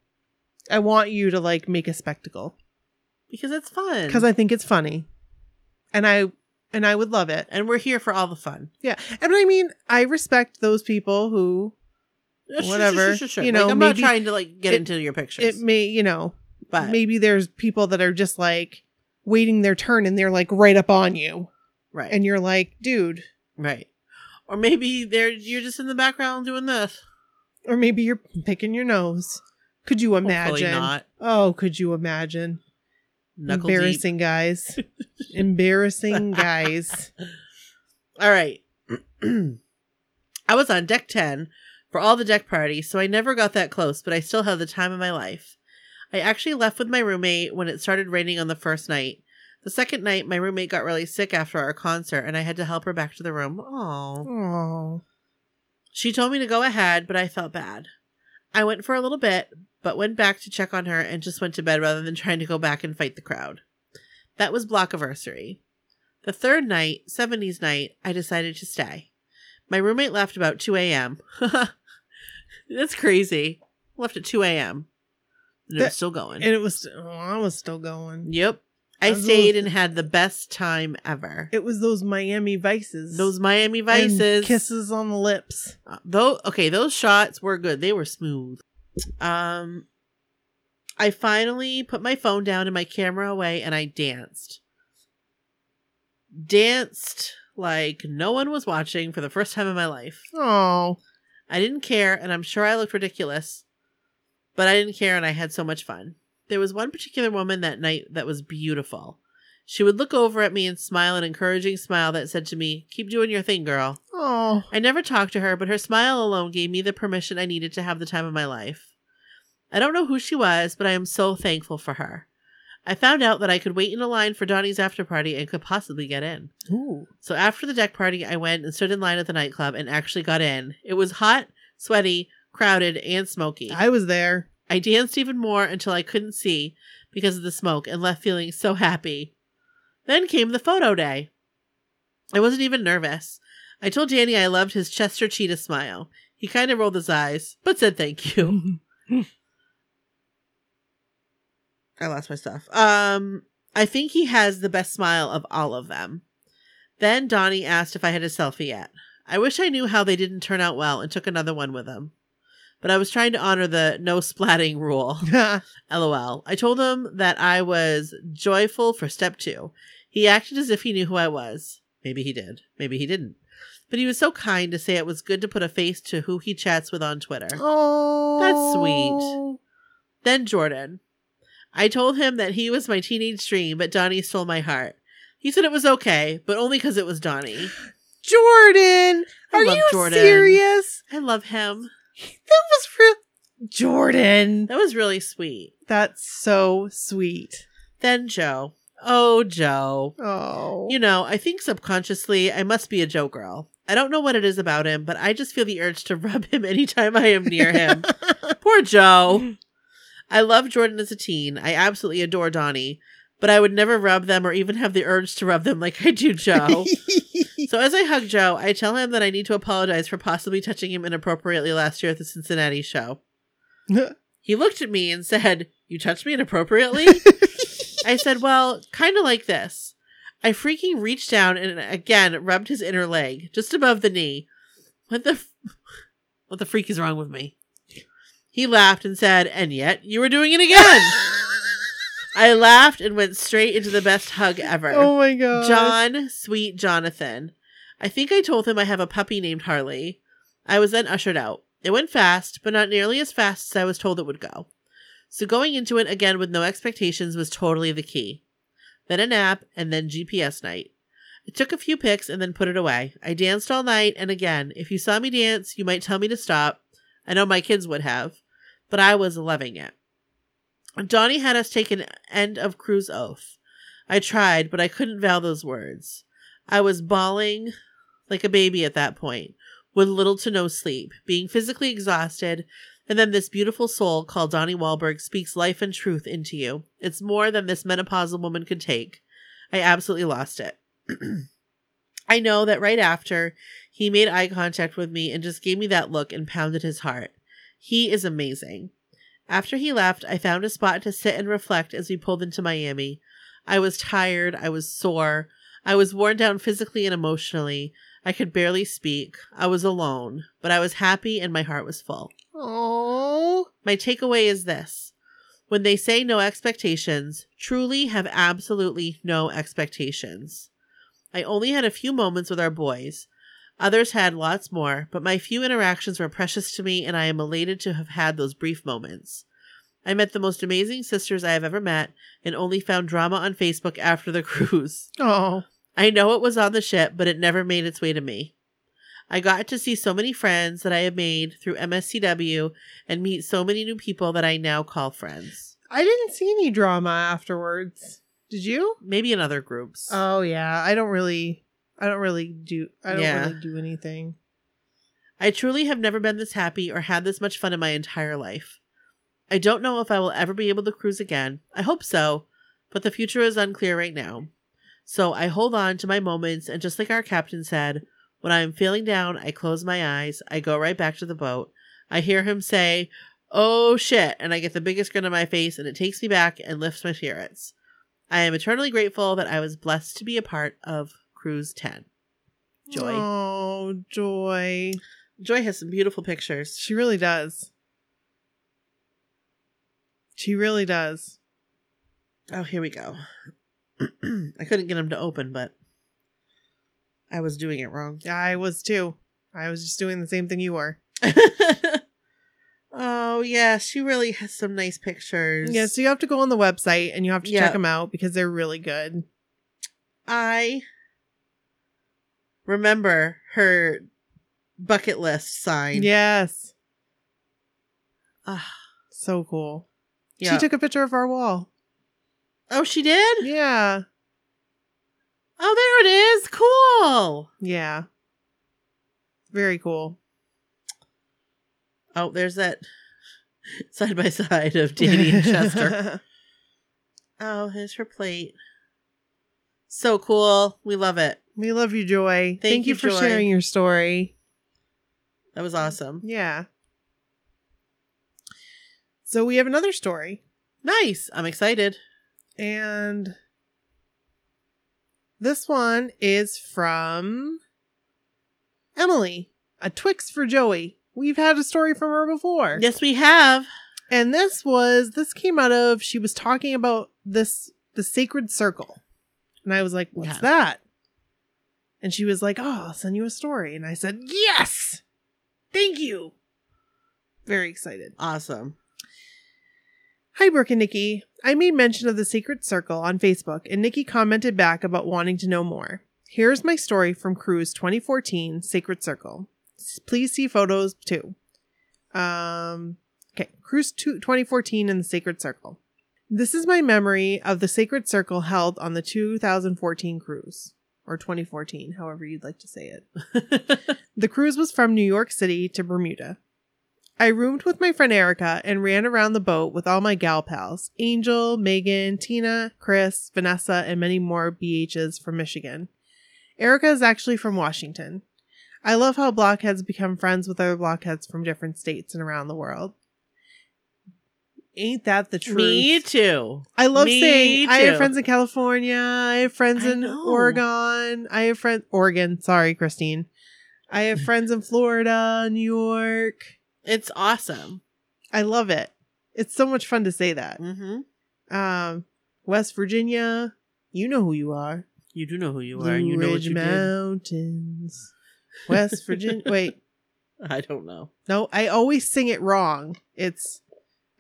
I want you to like make a spectacle.
because it's fun.
because I think it's funny, and I and I would love it.
and we're here for all the fun.
Yeah, and I mean, I respect those people who
Sure, sure,
Whatever.
sure, sure, sure.
You
Like,
know,
I'm not
maybe
trying to like get
it-
into your pictures,
it may you know
but
maybe there's people that are just like waiting their turn and they're like right up on you,
right,
and you're like, dude,
right, or maybe they're you're just in the background doing this.
or maybe you're picking your nose. Could you
Hopefully
imagine?
not
Oh, could you imagine?
knuckle deep.
Embarrassing guys. Embarrassing guys.
All right. I was on deck 10 for all the deck party, so I never got that close, but I still had the time of my life. I actually left with my roommate when it started raining on the first night. The second night, my roommate got really sick after our concert, and I had to help her back to the room. Aww.
Oh,
She told me to go ahead, but I felt bad. I went for a little bit, but went back to check on her and just went to bed rather than trying to go back and fight the crowd. That was blockiversary. The third night, 70s night, I decided to stay. My roommate left about 2 a.m. That's crazy. Left at 2 a.m. And it
That-
was still going.
and it was. Oh, I was still going.
yep. I
Those-
stayed and had the best time ever.
It was those Miami Vices.
Those Miami
And
Vices.
kisses on the lips.
Uh, though okay those shots were good they were smooth um i finally put my phone down and my camera away and i danced danced like no one was watching for the first time in my life
Oh,
i didn't care and i'm sure i looked ridiculous but i didn't care and i had so much fun there was one particular woman that night that was beautiful she would look over at me and smile an encouraging smile that said to me keep doing your thing girl
oh,
I never talked to her, but her smile alone gave me the permission I needed to have the time of my life. I don't know who she was, but I am so thankful for her. I found out that I could wait in a line for Donnie's after party and could possibly get in.
ooh,
So after the deck party, I went and stood in line at the nightclub and actually got in. It was hot, sweaty, crowded, and smoky.
I was there.
I danced even more until I couldn't see because of the smoke and left feeling so happy. Then came the photo day. I wasn't even nervous. I told Danny I loved his Chester Cheetah smile. He kind of rolled his eyes, but said thank you. I lost my stuff. Um, I think he has the best smile of all of them. Then Donnie asked if I had a selfie yet. I wish I knew how they didn't turn out well and took another one with him. But I was trying to honor the no splatting rule. LOL. I told him that I was joyful for step two. He acted as if he knew who I was. Maybe he did. Maybe he didn't. But he was so kind to say it was good to put a face to who he chats with on Twitter.
oh,
Then Jordan. I told him that he was my teenage dream, but Donnie stole my heart. He said it was okay, but only because it was Donnie.
Jordan,
I
are
love
you
Jordan.
serious?
I love him.
That was real. Jordan,
That was really sweet.
that's so sweet.
Then Joe. Oh, Joe.
Oh,
You know, I think subconsciously I must be a Joe girl. I don't know what it is about him, but I just feel the urge to rub him anytime I am near him. Poor Joe. I love Jordan as a teen. I absolutely adore Donnie, but I would never rub them or even have the urge to rub them like I do Joe. so as I hug Joe, I tell him that I need to apologize for possibly touching him inappropriately last year at the Cincinnati show. He looked at me and said, You touched me inappropriately? I said, Well, kind of like this. I freaking reached down and again rubbed his inner leg, just above the knee. What the, f- what the freak is wrong with me? He laughed and said, And yet you were doing it again. I laughed and went straight into the best hug ever.
oh my god,
John, sweet Jonathan. I think I told him I have a puppy named Harley. I was then ushered out. It went fast, but not nearly as fast as I was told it would go. So going into it again with no expectations was totally the key. Then a nap, and then GPS night. I took a few pics and then put it away. I danced all night, and again, if you saw me dance, you might tell me to stop. I know my kids would have, but I was loving it. Donnie had us take an end of cruise oath. I tried, but I couldn't vow those words. I was bawling like a baby at that point, with little to no sleep, being physically exhausted, and then this beautiful soul called Donnie Wahlberg speaks life and truth into you. It's more than this menopausal woman could take. I absolutely lost it. I know that right after, he made eye contact with me and just gave me that look and pounded his heart. He is amazing. After he left, I found a spot to sit and reflect as we pulled into Miami. I was tired. I was sore. I was worn down physically and emotionally. I could barely speak. I was alone, but I was happy and my heart was full.
Oh,
My takeaway is this when they say no expectations, truly have absolutely no expectations. I only had a few moments with our boys. Others had lots more, but my few interactions were precious to me, and I am elated to have had those brief moments. I met the most amazing sisters I have ever met and only found drama on Facebook after the cruise.
oh,
I know it was on the ship, but it never made its way to me. I got to see so many friends that I have made through MSCW and meet so many new people that I now call friends.
I didn't see any drama afterwards. Did you?
Maybe in other groups.
Oh yeah, I don't really, I don't really do, I don't
Yeah.
really do anything.
I truly have never been this happy or had this much fun in my entire life. I don't know if I will ever be able to cruise again. I hope so, but the future is unclear right now. So I hold on to my moments, and just like our captain said, when I am feeling down, I close my eyes, I go right back to the boat. I hear him say, Oh shit, and I get the biggest grin on my face, and it takes me back and lifts my spirits. I am eternally grateful that I was blessed to be a part of Cruise 10. Joy.
Oh, joy.
Joy has some beautiful pictures.
She really does. She really does.
Oh, here we go. I couldn't get him to open, but I was doing it wrong.
I was too. I was just doing the same thing you were.
oh, yeah, she really has some nice pictures.
Yeah, so you have to go on the website and you have to
Yeah.
check them out because they're really good.
I remember her bucket list sign.
Yes.
Ah,
So cool.
yeah.
She took a picture of our wall.
oh, she did?
Yeah.
Oh, there it is. Cool.
Yeah. Very cool.
Oh, there's that side by side of Danny and Chester. Oh, here's her plate. So cool. We love it.
we love you, Joy.
Thank
Thank, you,
you,
for
Joy.
sharing your story.
That was awesome.
Yeah. So we have another story.
Nice. I'm excited.
And this one is from Emily, a Twix for Joey. We've had a story from her before.
Yes, we have.
And this was this came out of she was talking about this the sacred circle. And I was like, "What's
Yeah.
that?" And she was like, "Oh, I'll send you a story." And I said, "Yes. Thank you." Very excited.
Awesome.
Hi, Brooke and Nikki. I made mention of the Secret Circle on Facebook, and Nikki commented back about wanting to know more. Here's my story from Cruise 2014 Sacred Circle. S- Please see photos too. Um, okay, Cruise two, 2014 and the Sacred Circle. This is my memory of the Sacred Circle held on the 2014 cruise, or 2014, however you'd like to say it. The cruise was from New York City to Bermuda. I roomed with my friend Erica and ran around the boat with all my gal pals Angel, Megan, Tina, Chris, Vanessa, and many more BHs from Michigan. Erica is actually from Washington. I love how blockheads become friends with other blockheads from different states and around the world. Ain't that the truth?
Me too.
I love
Me
saying I have
too.
friends in California. I have friends
I
in
know.
Oregon. I have friends Oregon. Sorry, Christine. I have friends in Florida, New York.
It's awesome.
I love it. It's so much fun to say that.
Mm-hmm.
Um, West Virginia. You know who you are.
You do know who you
Blue
are. and You know what
Ridge
you did.
Mountains. West Virginia. Wait,
I don't know.
no, I always sing it wrong. It's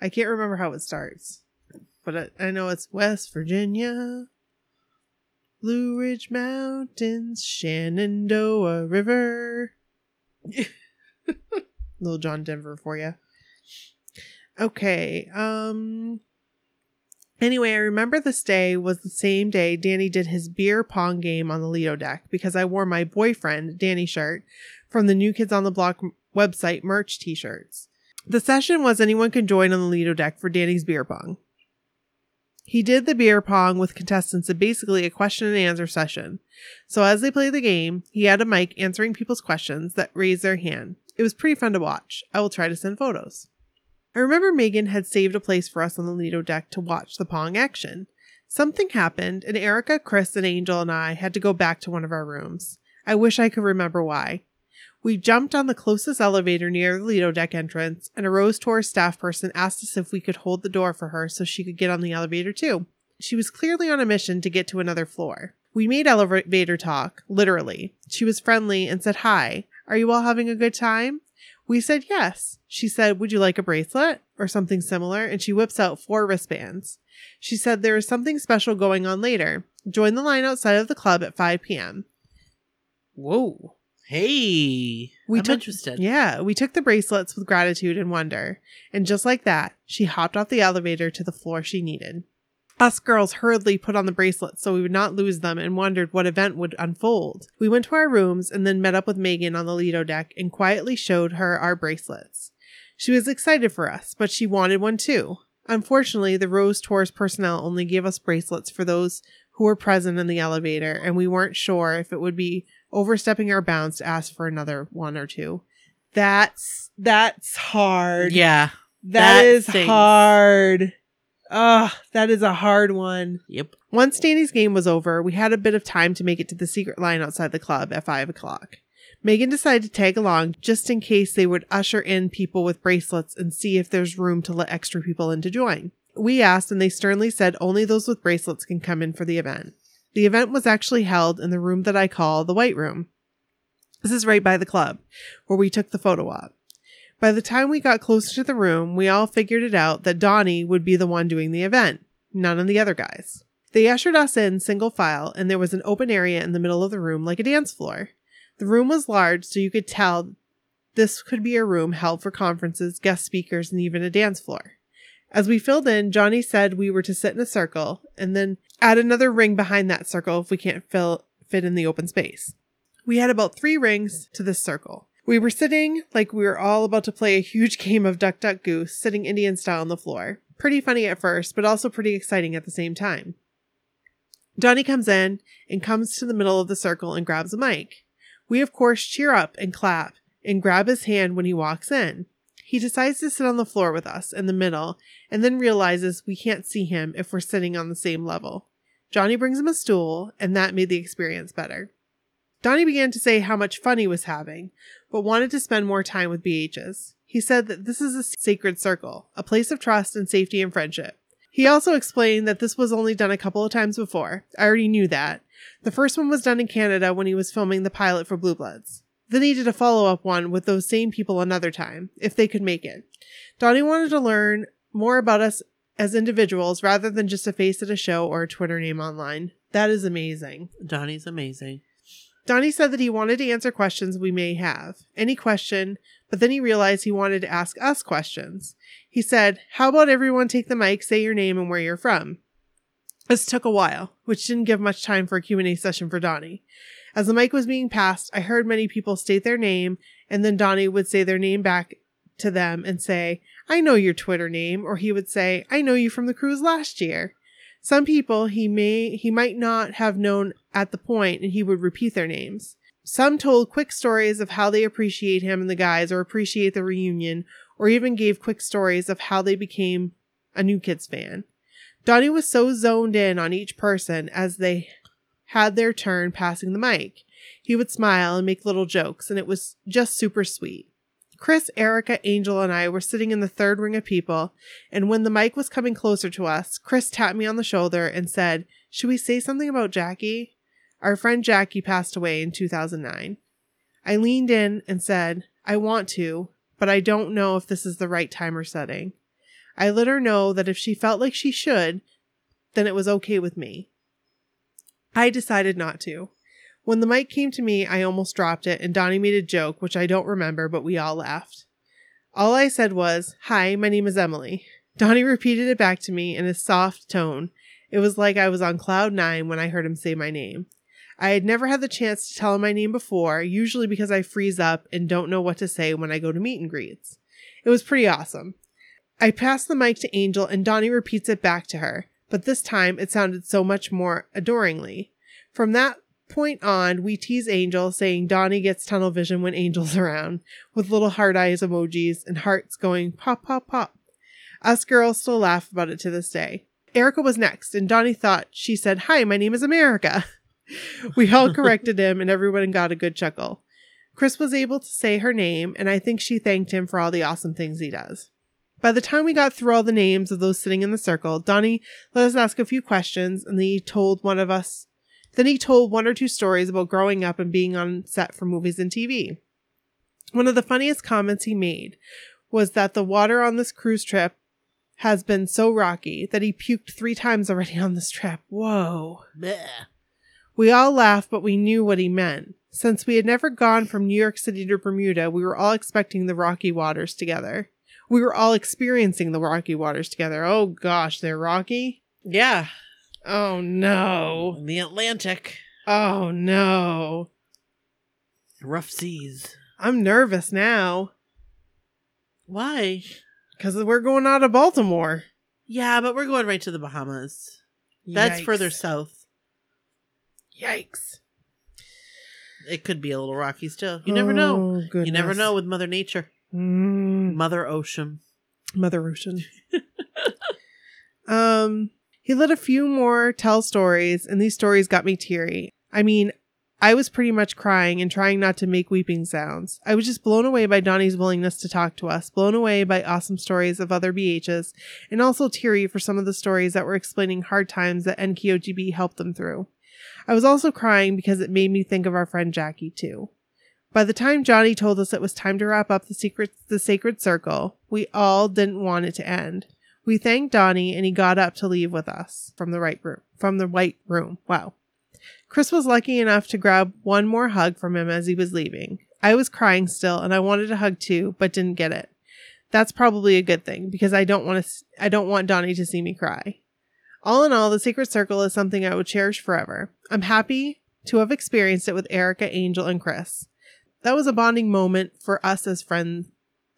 I can't remember how it starts, but I, I know it's West Virginia, Blue Ridge Mountains, Shenandoah River. Little John Denver for you. Okay. Um. Anyway, I remember this day was the same day Danny did his beer pong game on the Lido deck because I wore my boyfriend Danny shirt from the New Kids on the Block website merch t shirts. The session was anyone could join on the Lido deck for Danny's beer pong. He did the beer pong with contestants in basically a question and answer session. So as they played the game, he had a mic answering people's questions that raised their hand. It was pretty fun to watch. I will try to send photos. I remember Megan had saved a place for us on the Lido deck to watch the pong action. Something happened, and Erica, Chris, and Angel and I had to go back to one of our rooms. I wish I could remember why. We jumped on the closest elevator near the Lido deck entrance, and a Rose Tour staff person asked us if we could hold the door for her so she could get on the elevator too. She was clearly on a mission to get to another floor. We made elevator talk, literally. She was friendly and said, Hi, are you all having a good time? We said yes. She said, Would you like a bracelet or something similar? And she whips out four wristbands. She said, There is something special going on later. Join the line outside of the club at 5 p.m. Whoa.
Hey,
We
I'm
took-
interested.
Yeah, we took the bracelets with gratitude and wonder. And just like that, she hopped off the elevator to the floor she needed. Us girls hurriedly put on the bracelets so we would not lose them and wondered what event would unfold. We went to our rooms and then met up with Megan on the Lido deck and quietly showed her our bracelets. She was excited for us, but she wanted one too. Unfortunately, the Rose Tours personnel only gave us bracelets for those who were present in the elevator, and we weren't sure if it would be overstepping our bounds to ask for another one or two. That's that's hard.
Yeah. that
that is
stinks.
hard. Ugh, that is a hard one.
Yep.
Once Danny's game was over, we had a bit of time to make it to the secret line outside the club at five o'clock. Megan decided to tag along just in case they would usher in people with bracelets and see if there's room to let extra people in to join. We asked, and they sternly said only those with bracelets can come in for the event. The event was actually held in the room that I call the White Room. This is right by the club, where we took the photo op. By the time we got closer to the room, we all figured it out that Donnie would be the one doing the event, none of the other guys. They ushered us in single file, and there was an open area in the middle of the room like a dance floor. The room was large, so you could tell this could be a room held for conferences, guest speakers, and even a dance floor. As we filled in, Johnny said we were to sit in a circle and then add another ring behind that circle if we can't fill, fit in the open space. We had about three rings to this circle. We were sitting like we were all about to play a huge game of duck duck goose, sitting Indian style on the floor. Pretty funny at first, but also pretty exciting at the same time. Donnie comes in and comes to the middle of the circle and grabs a mic. We, of course, cheer up and clap and grab his hand when he walks in. He decides to sit on the floor with us in the middle and then realizes we can't see him if we're sitting on the same level. Johnny brings him a stool, and that made the experience better. Donnie began to say how much fun he was having, but wanted to spend more time with BHs. He said that this is a sacred circle, a place of trust and safety and friendship. He also explained that this was only done a couple of times before. I already knew that. The first one was done in Canada when he was filming the pilot for Blue Bloods. Then he did a follow up one with those same people another time, if they could make it. Donnie wanted to learn more about us as individuals rather than just a face at a show or a Twitter name online. That is amazing.
Donnie's amazing.
Donnie said that he wanted to answer questions we may have, any question, but then he realized he wanted to ask us questions. He said, How about everyone take the mic, say your name, and where you're from? This took a while, which didn't give much time for a Q&A session for Donnie. As the mic was being passed, I heard many people state their name, and then Donnie would say their name back to them and say, I know your Twitter name, or he would say, I know you from the cruise last year. Some people he may he might not have known at the point and he would repeat their names. Some told quick stories of how they appreciate him and the guys or appreciate the reunion or even gave quick stories of how they became a New Kids fan. Donnie was so zoned in on each person as they had their turn passing the mic. He would smile and make little jokes and it was just super sweet. Chris, Erica, Angel, and I were sitting in the third ring of people and when the mic was coming closer to us, Chris tapped me on the shoulder and said, Should we say something about Jackie? Our friend Jackie passed away in 2009. I leaned in and said, I want to, but I don't know if this is the right time or setting. I let her know that if she felt like she should, then it was okay with me. I decided not to. When the mic came to me, I almost dropped it, and Donnie made a joke, which I don't remember, but we all laughed. All I said was, Hi, my name is Emily. Donnie repeated it back to me in a soft tone. It was like I was on cloud nine when I heard him say my name. I had never had the chance to tell him my name before, usually because I freeze up and don't know what to say when I go to meet and greets. It was pretty awesome. I pass the mic to Angel and Donnie repeats it back to her, but this time it sounded so much more adoringly. From that point on, we tease Angel, saying Donnie gets tunnel vision when Angel's around, with little heart eyes emojis and hearts going pop, pop, pop. Us girls still laugh about it to this day. Erica was next, and Donnie thought she said, Hi, my name is America. we all corrected him, and everyone got a good chuckle. Chris was able to say her name, and I think she thanked him for all the awesome things he does. By the time we got through all the names of those sitting in the circle, Donnie let us ask a few questions, and he told one of us. Then he told one or two stories about growing up and being on set for movies and TV. One of the funniest comments he made was that the water on this cruise trip has been so rocky that he puked three times already on this trip. Whoa.
Bleh.
We all laughed, but we knew what he meant. Since we had never gone from New York City to Bermuda, we were all expecting the rocky waters together. We were all experiencing the rocky waters together. Oh gosh, they're rocky.
Yeah.
Oh no.
In the Atlantic.
Oh no.
Rough seas.
I'm nervous now
Why?
because we're going out of Baltimore.
Yeah, but we're going right to the Bahamas. That's
Yikes.
further south.
Yikes.
It could be a little rocky still. You never know.
Oh,
You never
goodness.
know with Mother Nature.
Mm.
Mother Ocean.
Mother Ocean. um, he let a few more tell stories, and these stories got me teary. I mean, I was pretty much crying and trying not to make weeping sounds. I was just blown away by Donnie's willingness to talk to us, blown away by awesome stories of other BHs, and also teary for some of the stories that were explaining hard times that NKOGB helped them through. I was also crying because it made me think of our friend Jackie too. By the time Johnny told us it was time to wrap up the secret the sacred circle, we all didn't want it to end. We thanked Donnie and he got up to leave with us from the right room from the white room. Wow. Chris was lucky enough to grab one more hug from him as he was leaving. I was crying still and I wanted a hug too, but didn't get it. That's probably a good thing because I don't want to I don't want Donnie to see me cry. All in all, the Secret Circle is something I will cherish forever. I'm happy to have experienced it with Erica, Angel, and Chris that was a bonding moment for us as friends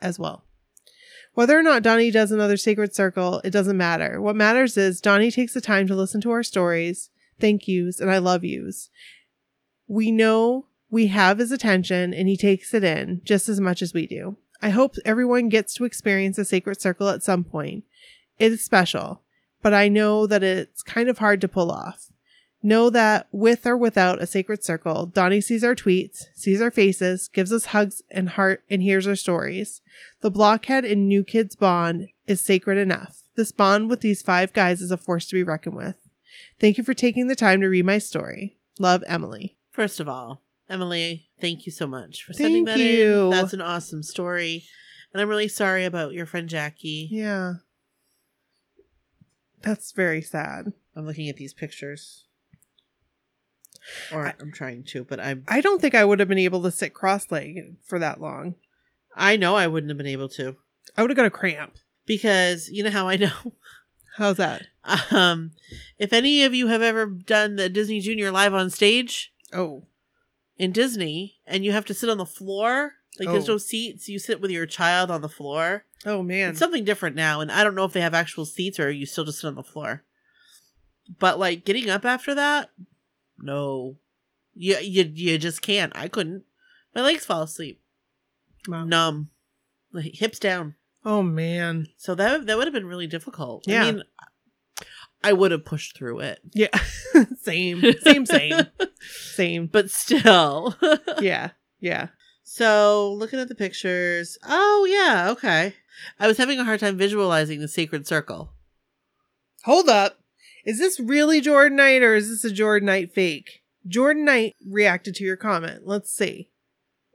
as well. Whether or not Donnie does another sacred circle, it doesn't matter. What matters is Donnie takes the time to listen to our stories, thank yous, and I love yous. We know we have his attention and he takes it in just as much as we do. I hope everyone gets to experience a sacred circle at some point. It is special, but I know that it's kind of hard to pull off. Know that with or without a sacred circle, Donnie sees our tweets, sees our faces, gives us hugs and heart, and hears our stories. The blockhead and new kids bond is sacred enough. This bond with these five guys is a force to be reckoned with. Thank you for taking the time to read my story. Love, Emily.
First of all, Emily, thank you so much for
Thank
sending that
you.
in. That's an awesome story. And I'm really sorry about your friend Jackie.
Yeah. That's very sad.
I'm looking at these pictures. Or I, am trying to, but I
I don't think I would have been able to sit cross legged for that long.
I know I wouldn't have been able to
I would have got a cramp.
because you know how I know.
How's that?
Um, if any of you have ever done the Disney Junior live on stage
Oh.
in Disney and you have to sit on the floor, like there's
Oh.
no seats, you sit with your child on the floor.
Oh, man.
It's something different now, and I don't know if they have actual seats or you still just sit on the floor. But like getting up after that, no, you you you just can't. I couldn't. My legs fall asleep,
Wow.
numb, like, hips down.
Oh, man.
So that that would have been really difficult.
Yeah.
I mean, I would have pushed through it,
Yeah. same. Same, same. same.
but still.
Yeah. Yeah.
so looking at the pictures, oh yeah, okay. I was having a hard time visualizing the sacred circle.
Hold up. Is this really Jordanite or is this a Jordanite fake? Jordanite reacted to your comment. Let's see.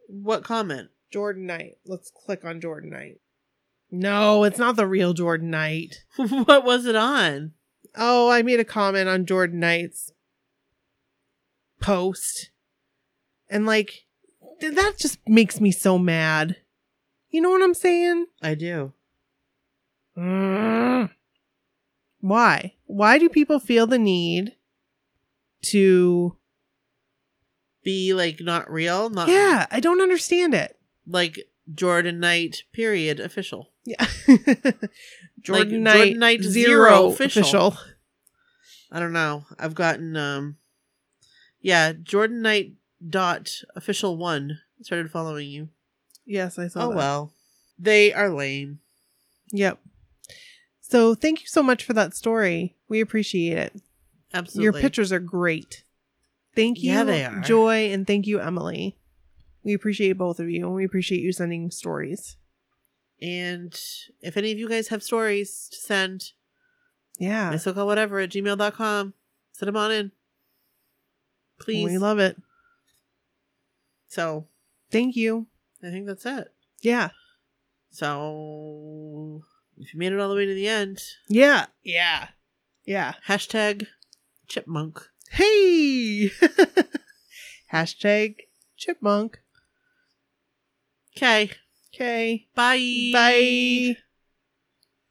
What comment?
Jordanite. Let's click on Jordanite. No, it's not the real Jordanite.
what was it on?
Oh, I made a comment on Jordanite's post. And like th- that just makes me so mad. You know what I'm saying?
I do.
Why? Mm. Why do people feel the need to?
be like not real, not
Yeah, I don't understand it.
like Jordan Knight period official.
Yeah, Jordan Knight,
Jordanite
zero
zero
official.
official. I don't know. I've gotten um yeah, Jordan Knight dot official one started following you.
Yes, I saw.
Oh
that.
well. They are lame.
Yep. So thank you so much for that story. We appreciate it.
Absolutely.
Your pictures are great. Thank you,
Yeah, they are.
Joy, and thank you, Emily. We appreciate both of you, and we appreciate you sending stories.
and if any of you guys have stories to send,
Yeah,
I call whatever at gmail.com. Send them on in. Please.
we love it.
so
Thank you.
I think that's it.
Yeah,
So if you made it all the way to the end,
yeah, yeah, yeah.
Hashtag chipmunk.
Hey! Hashtag chipmunk.
Okay.
Okay.
Bye.
Bye.